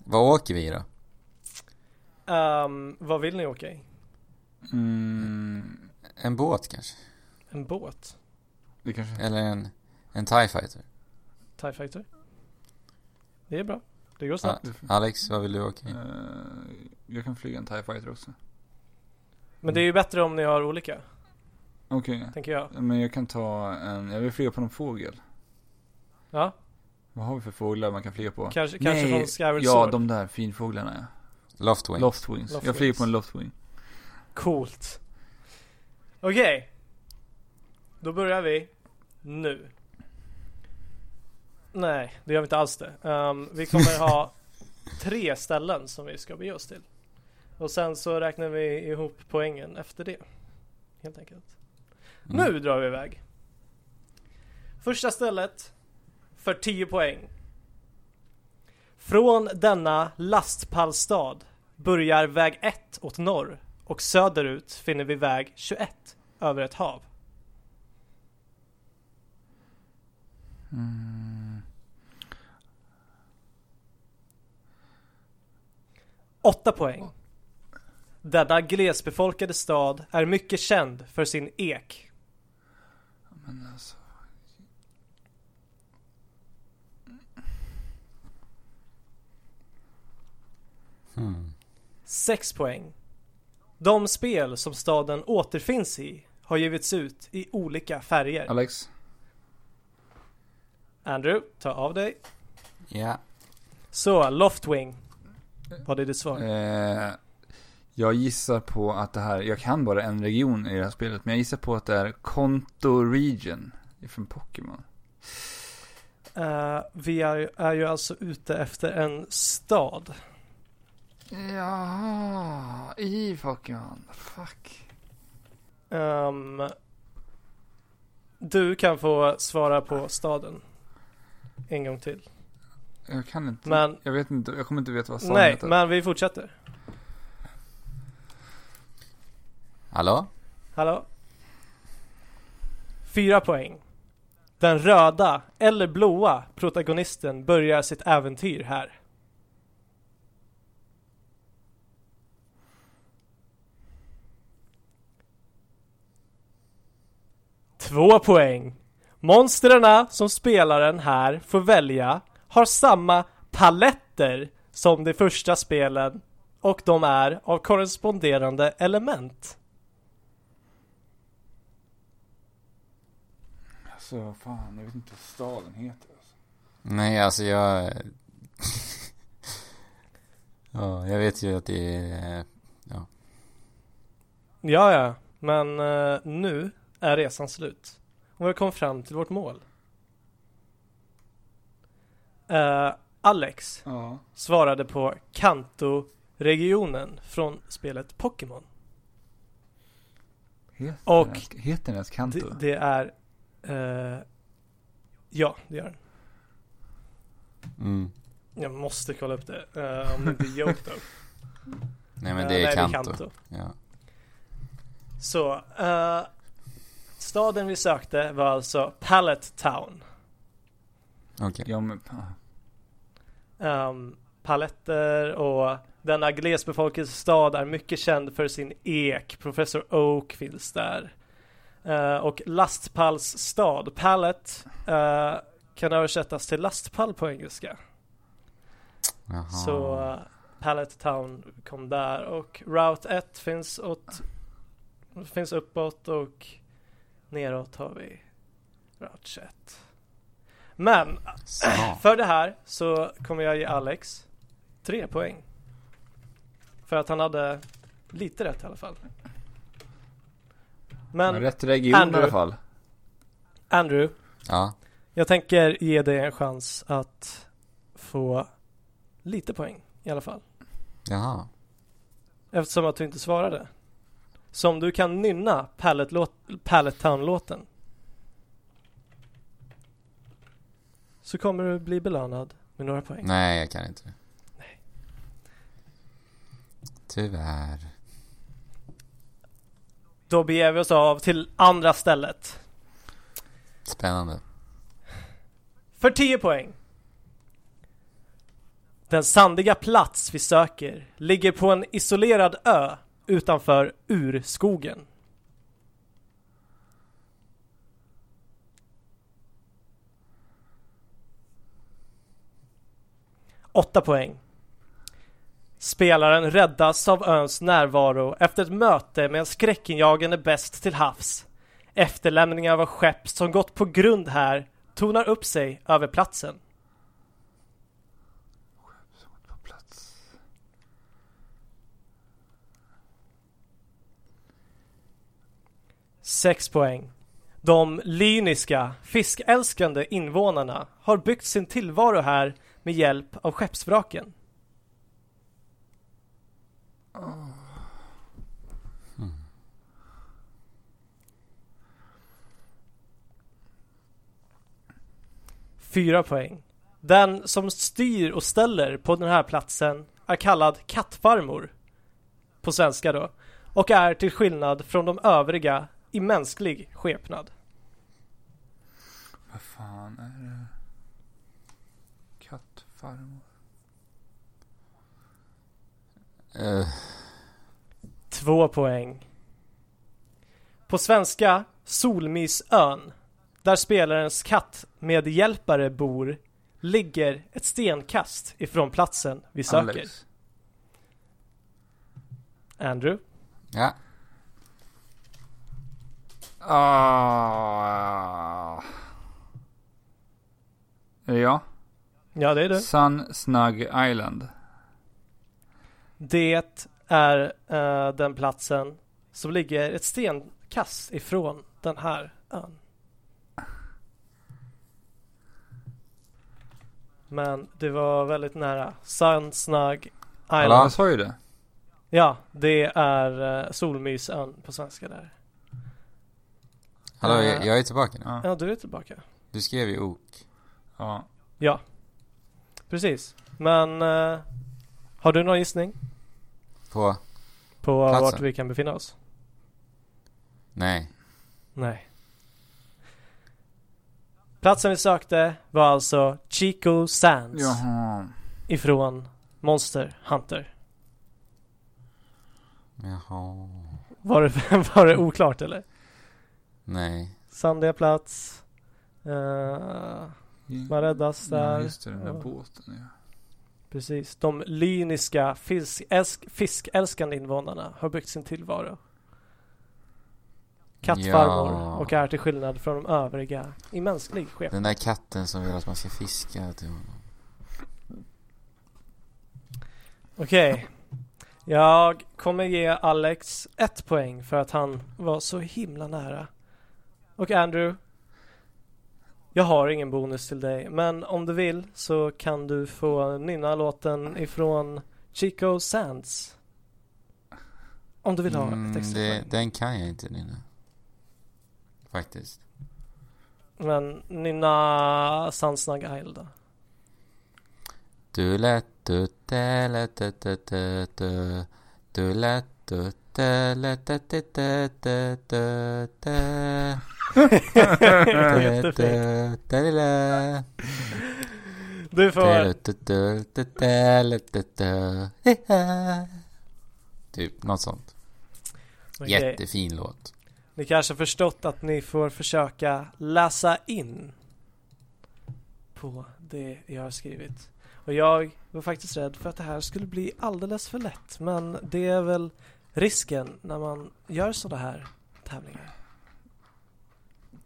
Vad åker vi då?
Ehm, vad vill ni åka i?
Mm,
En båt kanske?
En båt?
det kanske...
Eller en, en TIE fighter?
TIE Fighter? Det är bra. Det går snabbt.
Alex, vad vill du åka i?
Eh, jag kan flyga en TIE Fighter också.
Men det är ju bättre om ni har olika,
Okej.
tänker jag.
Men jag kan ta en... Jag vill flyga på någon fågel.
Ja,
Vad har vi för fåglar man kan flyga på?
kanske, kanske
Nej,
från Skyward
Ja,
Sword.
de där finfåglarna ja.
Loftwing?
Loftwings. Jag
Loftwings.
flyger på en Loftwing.
Coolt. Okej. Då börjar vi nu. Nej, det gör vi inte alls det. Ehm, vi kommer ha tre ställen som vi ska bege oss till. Och sen så räknar vi ihop poängen efter det. Helt enkelt.
Mm.
Nu drar vi iväg. Första stället för 10 poäng. Från denna lastpallstad börjar väg 1 åt norr och söderut finner vi väg 21 över ett hav.
Mm.
Åtta poäng. Denna glesbefolkade stad är mycket känd för sin ek.
Men alltså...
Hmm.
Sex poäng. De spel som staden återfinns i har givits ut i olika färger.
Alex?
Andrew, ta av dig.
Ja.
Så, Loftwing. Vad är ditt svar?
Eh, jag gissar på att det här... Jag kan bara en region i det här spelet. Men jag gissar på att det är Konto Region. Det är från Pokémon.
Eh, vi är, är ju alltså ute efter en stad.
Ja, i Pokémon. Fuck.
Ehm, du kan få svara på staden. En gång till.
Jag kan inte.
Men-
jag vet inte. Jag kommer inte veta vad staden
Nej,
heter.
men vi fortsätter.
Hallå?
Hallå? Fyra poäng. Den röda, eller blåa, protagonisten börjar sitt äventyr här. Två poäng. Monsterna som spelaren här får välja har samma paletter som de första spelen och de är av korresponderande element.
Alltså, fan. Jag vet inte vad staden heter. Alltså.
Nej, alltså jag... *laughs* ja, jag vet ju att det är...
Ja, ja. Men eh, nu är resan slut. Och vi kom fram till vårt mål. Eh, Alex
Ja.
svarade på Kanto-regionen från spelet Pokémon.
Heter,
Och-
den ens- heter den ens Kanto?
Det, det är... eh, ja, det gör den.
Mm.
Jag måste kolla upp det. eh, om det inte är
*laughs*
Johto.
Nej, men
Eh,
det är
nej,
Kanto. Ja.
Så, eh, staden vi sökte var alltså Pallet Town.
Okej.
Ja, men... ah.
Ehm, paletter och denna glesbefolkade stad är mycket känd för sin ek. Professor Oak finns där. Eh, och lastpalls stad, pallet, eh, kan översättas till lastpall på engelska.
Jaha.
Så eh, Pallet Town kom där och Route 1 finns, åt, finns uppåt och neråt har vi Route 21. Men
Smart.
för det här så kommer jag ge Alex tre poäng. För att han hade lite rätt i alla fall. Men
rätt region i
Andrew.
alla fall.
Andrew,
Ja,
jag tänker ge dig en chans att få lite poäng i alla fall.
jaha.
Eftersom att du inte svarade. Så om du kan nynna Pallet-låt- Pallet Town-låten så kommer du bli belönad med några poäng.
Nej, jag kan inte.
Nej.
Tyvärr.
Då beger vi oss av till andra stället.
Spännande.
För 10 poäng. Den sandiga plats vi söker ligger på en isolerad ö utanför urskogen. Åtta poäng. Spelaren räddas av öns närvaro efter ett möte med en skräckinjagande bäst till havs. Efterlämningar av skepp som gått på grund här tonar upp sig över platsen.
På plats.
Sex poäng. De lyniska, fiskälskande invånarna har byggt sin tillvaro här med hjälp av skeppsvraken. Fyra poäng. Den som styr och ställer på den här platsen är kallad kattfarmor. På svenska då. Och är till skillnad från de övriga i mänsklig skepnad.
Vad fan är det? Kattfarmor.
Eh,
Två poäng. På svenska, Solmysön, där spelarens kattmedhjälpare bor, ligger ett stenkast ifrån platsen vi söker.
Alex.
Andrew?
ja.
Ah. Är det jag?
Ja, det är du.
Sun Snug Island.
Det är eh, den platsen som ligger ett stenkast ifrån den här ön. Men det var väldigt nära. Sandsnag Island.
Ja.
Jag sa ju det.
Ja, det är eh, Solmysön på svenska där.
Hallå,
Eh,
jag, jag är tillbaka nu.
Ja.
Ja, du är tillbaka.
Du skrev ju ok.
ja.
Ja, precis. Men eh, har du någon gissning
På?
på
Platsen.
vart vi kan befinna oss?
Nej.
Nej. Platsen vi sökte var alltså Chico Sands
Jaha.
ifrån Monster Hunter.
Jaha.
Var det, *laughs* var det oklart eller?
Nej.
Sandiga plats. Eh, man räddas
Ja,
där.
just det, den där
Ja.
båten ja.
Precis. De lyniska fiskälsk- fiskälskande invånarna har byggt sin tillvaro. Kattfarmor
Ja.
och är till skillnad från de övriga i mänsklig skepnad.
Den där katten som vill att man ska fiska typ. till honom.
Okej. Jag kommer ge Alex ett poäng för att han var så himla nära. Och Andrew. Jag har ingen bonus till dig, men om du vill så kan du få nynna låten ifrån Chico Sands. Om du vill ha ett extra
Mm, det,
poäng.
Den kan jag inte nynna. Faktiskt.
Men nynna Sandsnag Isle då.
Du lät tutte lät tutte tutte Du lät tutte lät tutte tutte tutte
Jättefint.
Tutte
Du får,
tutte tutte lät tutte Typ något sånt.
okej.
Jättefin låt.
Ni kanske har förstått att ni får försöka läsa in på det jag har skrivit. Och jag var faktiskt rädd för att det här skulle bli alldeles för lätt. Men det är väl risken när man gör sådana här tävlingar.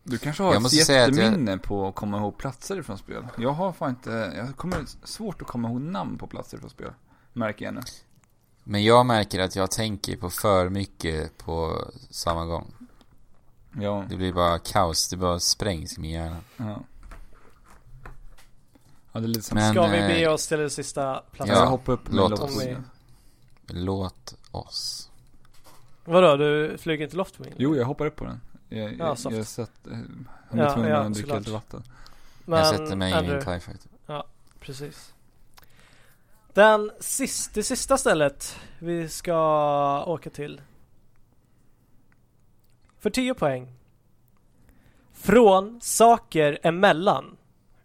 Du kanske har
Jag måste
ett
säga att jag-
jätteminne på att komma ihåg platser från spel. Jag har fan inte, jag kommer svårt att komma ihåg namn på platser från spel. Märker jag nu.
Men jag märker att jag tänker på för mycket på samma gång.
Ja.
Det blir bara kaos, det bara sprängs i min hjärna.
Ja. ja det är lite som...
Men-
Ska vi
eh,
be oss till den sista platsen?
jag
Ja,
hoppar upp med
låt
låt
oss.
Låt oss.
Vadå, du flyger inte Loftwing?
Jo, jag hoppar upp på den. Jag,
Ja,
jag,
soft.
jag har sett... eh, Han
Ja,
blir tvungen
ja,
att dricka
såklart.
lite vatten.
Men,
jag sätter mig i
Andrew,
min TIE Fighter.
Precis. Den sist, det sista stället vi ska åka till. För 10 poäng. Från saker emellan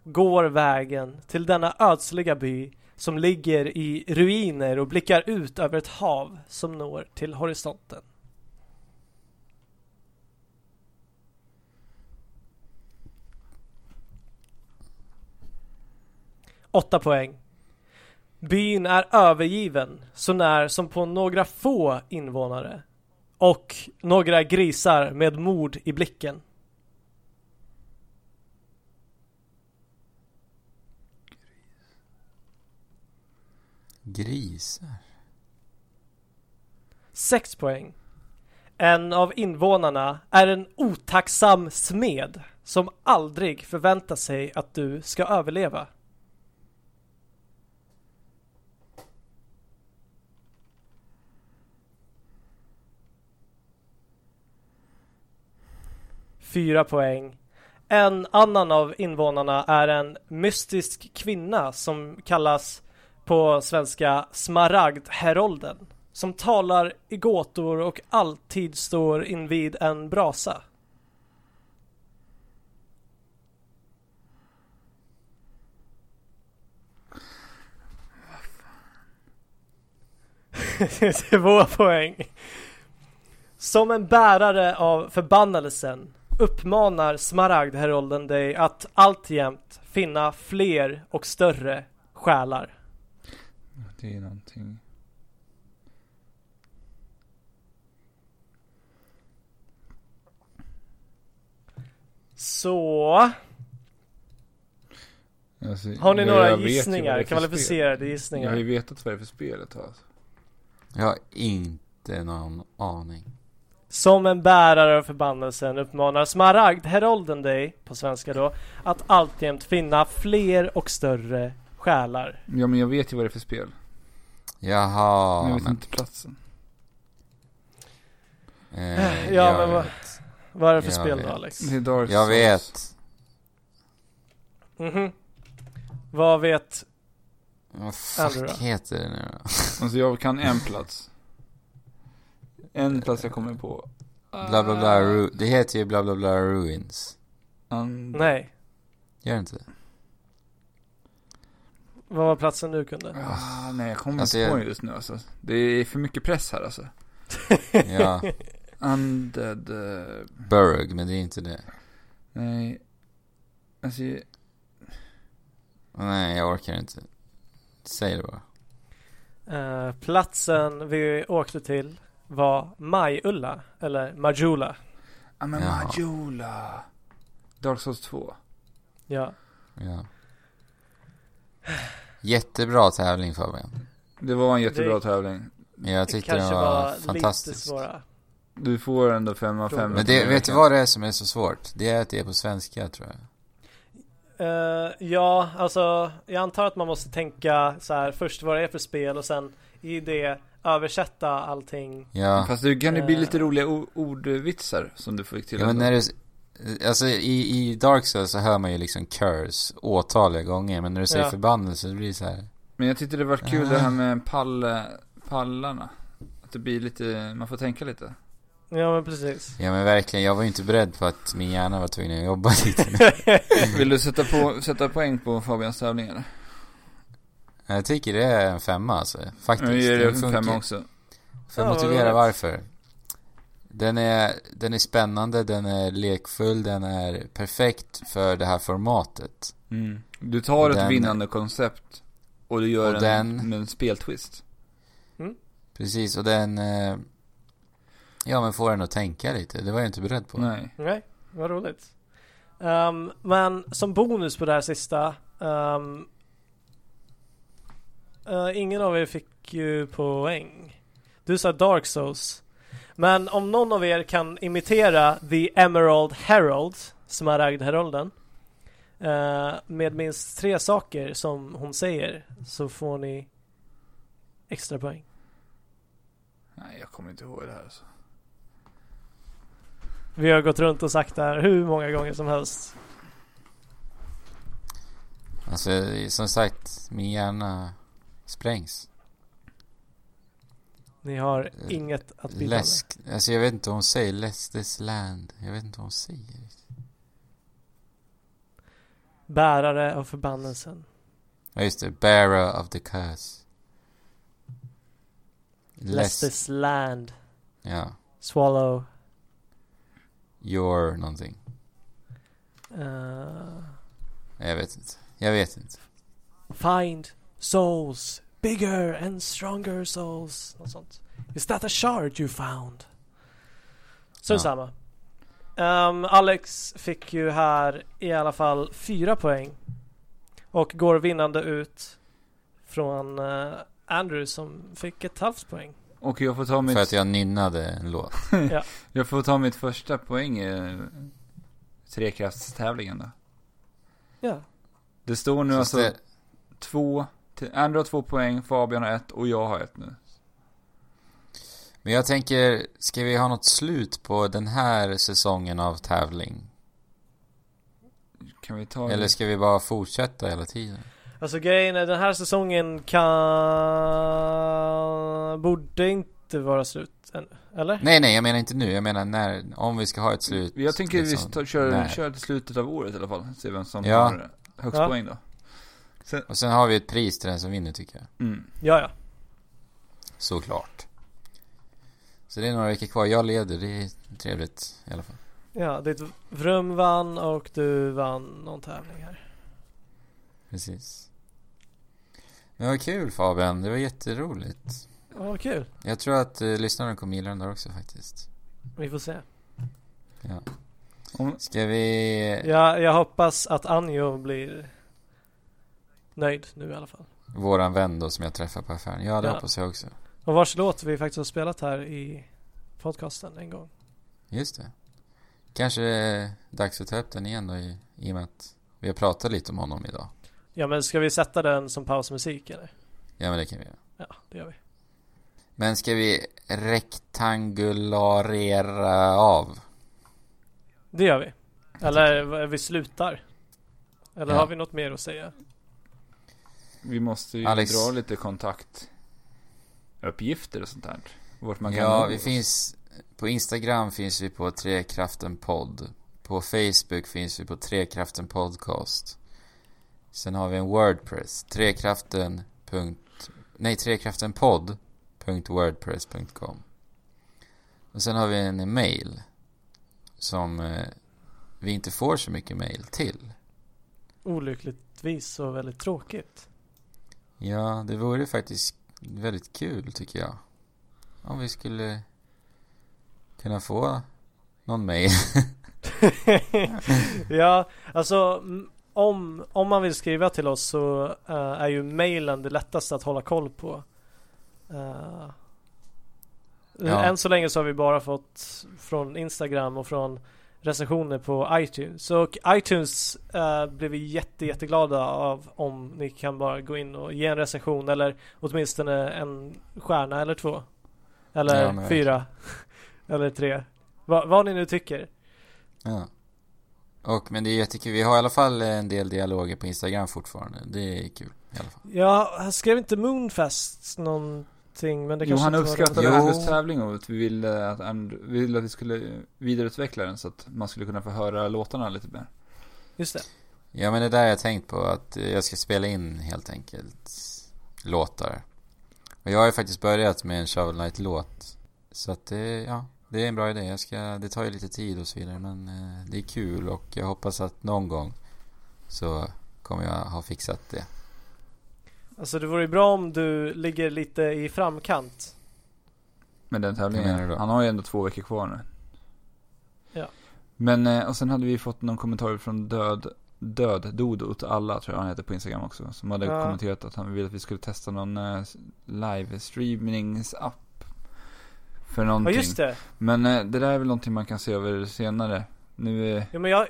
går vägen till denna ödsliga by som ligger i ruiner och blickar ut över ett hav som når till horisonten. Åtta poäng. Byn är övergiven, så när som på några få invånare. Och några grisar med mord i blicken.
Grisar?
Sex poäng. En av invånarna är en otacksam smed som aldrig förväntar sig att du ska överleva. Fyra poäng. En annan av invånarna är en mystisk kvinna som kallas på svenska smaragdherolden som talar i gåtor och alltid står invid en brasa. *laughs* Två poäng. Som en bärare av förbannelsen uppmanar smaragdherolden dig att alltjämt finna fler och större själar.
Det är någonting...
Så,
Alltså,
har ni
jag-
några
jag vet ju vad
gissningar?
det är för
Kvalificerade
spel. Jag har ju
gissningar?
vetat vad det är för spel ett tag. alltså.
Jag har inte någon aning.
Som en bärare av förbannelsen uppmanar smaragdherolden dig, på svenska då, att alltjämt finna fler och större själar.
Ja, men jag vet ju vad det är för spel. men jag
Jaha,
vet
men...
inte platsen.
Eh,
*laughs* Ja,
jag
men vad-
vet.
Vad är det för
Jag
spel
vet.
då Alex?
Det är Dark
Jag
Souls.
vet.
Mhm. Vad vet...
Vad
Andrew
fuck
då?
heter det nu då?
Alltså, jag kan en plats. En plats jag kommer på.
Ah.
Bla bla bla, ru- det heter ju bla bla bla ruins.
And...
Nej.
Gör det inte det?
Vad var platsen du kunde?
Ah, nej, jag kommer
Alltså,
inte på
jag-
den just nu alltså. Det är för mycket press här alltså.
Ja,
Undead... eh,
Burg, men det är inte det.
nej. Alltså,
Nej, jag orkar inte. Säg det bara.
Eh, platsen vi åkte till var Majulla, eller Majula.
ja men
Jaha.
Majula. Dark Souls 2.
Ja.
Ja. Jättebra tävling Fabian.
Det var en jättebra
Det-
tävling.
Jag tyckte den
Kanske
var,
var lite
fantastisk.
svåra.
Du får ändå 5 av 5.
Men det, vet du vad det är som är så svårt? Det är att det är på svenska tror jag.
Eh, ja, alltså jag antar att man måste tänka så här först vad det är för spel och sen i det översätta allting.
Ja.
Fast det kan det bli
Eh.
lite roliga o- ordvitsar som du fick till.
ja men
ändå.
när du, alltså i, i Dark Souls så hör man ju liksom curse åtaliga gånger. Men när du säger
Ja.
förbannelse så blir det så här.
Men jag tyckte det var kul
Ah.
det här med pall, pallarna. Att det blir lite, man får tänka lite.
Ja men precis.
Ja men verkligen, jag var ju inte beredd på att min hjärna var tvungen att jobba *laughs* lite.
Vill du sätta, på, sätta poäng på Fabians tävling eller?
Jag tycker det är en femma alltså. Faktiskt.
Nu ger det
Den
en femma
funkar.
också.
Får
Ja,
jag
vad
motivera
roligt.
varför? Den är, den är spännande, den är lekfull, den är perfekt för det här formatet.
Mm. Du tar ett
Den-
vinnande koncept och du gör
Och
en,
den-
med en speltwist.
Precis, och den... eh, Ja men får en att tänka lite, det var jag inte beredd på.
Nej.
Nej, vad roligt. Ehm, men som bonus på det här sista. ehm, eh, ingen av er fick ju poäng. Du sa Dark Souls. Men om någon av er kan imitera The Emerald Herald, som är Ragnherolden, eh, med minst tre saker som hon säger, så får ni extra poäng.
Nej, jag kommer inte ihåg det här alltså.
Vi har gått runt och sagt det här hur många gånger som helst.
Alltså, som sagt, min hjärna sprängs.
Ni har inget att bidra med.
Läsk. Alltså jag vet inte vad hon säger. Less this land. Jag vet inte vad hon säger.
Bärare av förbannelsen.
Ja, just det. Bearer of the curse.
Less this land.
Ja.
Swallow.
Your någonting.
eh,
Jag vet inte. Jag vet inte.
Find souls bigger and stronger souls. Något sånt. Is that a shard you found? Så
Ja.
ja. samma. Ehm, Alex fick ju här i alla fall fyra poäng. Och går vinnande ut från eh, Andrew som fick ett halvt poäng.
Och jag får ta mitt,
För att jag nynnade en låt.
jag får ta mitt första poäng i eh, trekraftstävlingen då.
Ja.
Det står nu
Så
alltså
det-
två, till, Andrew har två poäng, Fabian har ett och jag har ett nu.
Men jag tänker, ska vi ha något slut på den här säsongen av tävling?
Kan vi ta
Eller ska vi bara fortsätta hela tiden?
Alltså grejen är den här säsongen kan... Borde inte vara slut ännu. Eller?
Nej, nej, jag menar inte nu. Jag menar när, om vi ska ha ett slut.
Jag tänker
liksom,
vi tar, kör,
när.
kör till slutet av året i alla fall. Se vem som
Ja.
har högst
Ja.
poäng då.
Och sen har vi ett pris till den som vinner tycker jag.
Mm.
Ja, ja.
Såklart. Så det är några veckor kvar. Jag leder, det är trevligt i alla fall.
Ja, ditt vrum vann och du vann någon tävling här.
Precis. Men vad kul Fabian, det var jätteroligt.
Ja, Vad kul.
Jag tror att eh, lyssnarna kommer gilla den där också faktiskt.
Vi får se.
Om,
Ska vi...
Jag, jag hoppas att Anjo blir nöjd nu i alla fall.
Våran vän då som jag träffade på affären. Ja, det
Ja.
hoppas jag också.
Och vars låt vi faktiskt har spelat här i podcasten en gång.
Just det. Kanske eh, dags att ta upp den igen då i, i och med att vi har pratat lite om honom idag.
Ja, men ska vi sätta den som pausmusik eller?
Ja, men det kan vi göra.
Ja, det gör vi.
Men ska vi rektangularera av?
Det gör vi. Eller vad- vi slutar. Eller
Ja.
har vi något mer att säga?
vi måste ju
Alex.
dra lite kontaktuppgifter och sånt där. Vart man kan
ja,
nå
vi
oss.
finns... På Instagram finns vi på Trekraften podd. På Facebook finns vi på Trekraften podcast. Sen har vi en Wordpress. Trekraften. punkt- Nej, trekraftenpodd.wordpress.com. Och sen har vi en mail. Som eh, vi inte får så mycket mail till.
Olyckligtvis och väldigt tråkigt.
Ja, det vore faktiskt väldigt kul tycker jag. Om vi skulle kunna få någon mail.
*laughs* ja, alltså m- om, om man vill skriva till oss så eh, är ju mailen det lättaste att hålla koll på. Eh,
Ja.
Än så länge så har vi bara fått från Instagram och från recensioner på iTunes. Så iTunes eh, blir vi jätte, jätteglada av om ni kan bara gå in och ge en recension eller åtminstone en stjärna eller två. Eller
Ja, men
fyra. *laughs* eller tre. Va, vad ni nu tycker.
Ja. Och men det är jättekul. Vi har i alla fall en del dialoger på Instagram fortfarande. Det är kul i alla fall.
Ja, han skrev inte Moonfest någonting men det
Jo,
kanske
han
inte var
uppskattade
Jo.
Andrews tävling och att vi ville att, Andrew, vi ville att vi skulle vidareutveckla den så att man skulle kunna få höra låtarna lite mer.
Just det.
Ja men det där har jag tänkt på att eh, jag ska spela in helt enkelt låtar. Och jag har ju faktiskt börjat med en Shovel Knight-låt. Så att det, ja, det är en bra idé. Jag ska, det tar ju lite tid och så vidare men eh, det är kul och jag hoppas att någon gång så kommer jag ha fixat det.
Alltså det vore ju bra om du ligger lite i framkant.
Med den
Vad menar du
tävlingen.
då?
Han har ju ändå två veckor kvar nu.
Ja.
Men, eh, och sen hade vi fått någon kommentar från Död, Död, Dodo åt alla tror jag han heter på Instagram också. Som hade
Ja.
kommenterat att han ville att vi skulle testa någon eh, livestreamingsapp. för
Ja
någonting.
just det.
Men eh, det där är väl någonting man kan se över senare. Nu eh, är...
Ja, men jag,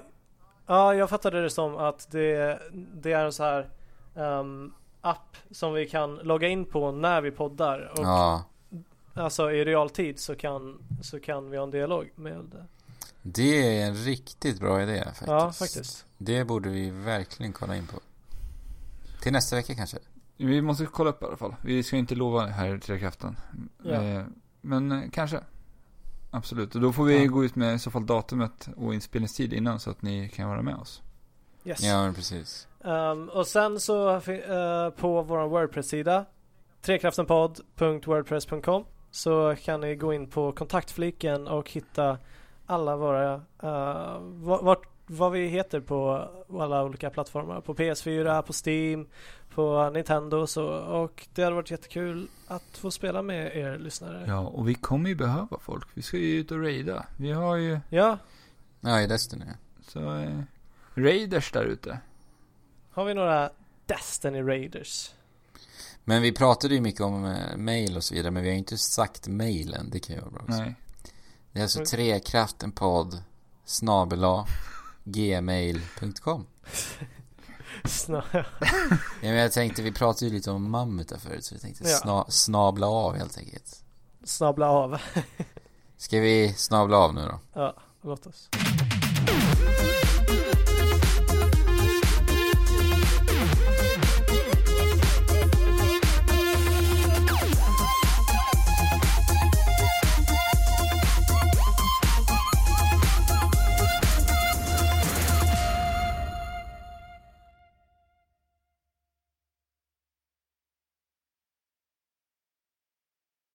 ja, jag fattade det som att det, det är en så här ehm, app som vi kan logga in på när vi poddar. Och
Ja.
alltså i realtid så kan, så kan vi ha en dialog med.
Det är en riktigt bra idé faktiskt.
Ja, faktiskt.
Det borde vi verkligen kolla in på. Till nästa vecka kanske.
Vi måste kolla upp i alla fall. Vi ska inte lova det här i Tre Kraften.
Ja.
Eh, Men eh, kanske. Absolut. Och då får vi
Ja.
gå ut med i så fall datumet och inspelningstid innan så att ni kan vara med oss.
Yes.
Ja, men precis.
Ehm, och sen så fi- eh, på vår Wordpress-sida trekraftenpodd.wordpress.com så kan ni gå in på kontaktfliken och hitta alla våra eh, va- vart, vad vi heter på alla olika plattformar. På PS4, på Steam, på Nintendo och så. Och det hade varit jättekul att få spela med er lyssnare.
Ja, och vi kommer ju behöva folk. Vi ska ju ut och raida. Vi har ju
ja
Ja, i Destiny.
så eh, raiders där ute.
har vi några Destiny Raiders?
Men vi pratade ju mycket om eh, mail och så vidare, men vi har ju inte sagt mailen. Det kan ju vara bra också.
Nej.
Det är alltså trekraftenpodd snabela gmail.com.
Snarare.
Ja, men jag tänkte, vi pratade ju lite om mammutar förut, så vi tänkte
Ja.
sna- snabla av helt enkelt.
Snabbla av.
Ska vi snabla av nu då?
Ja, låt oss.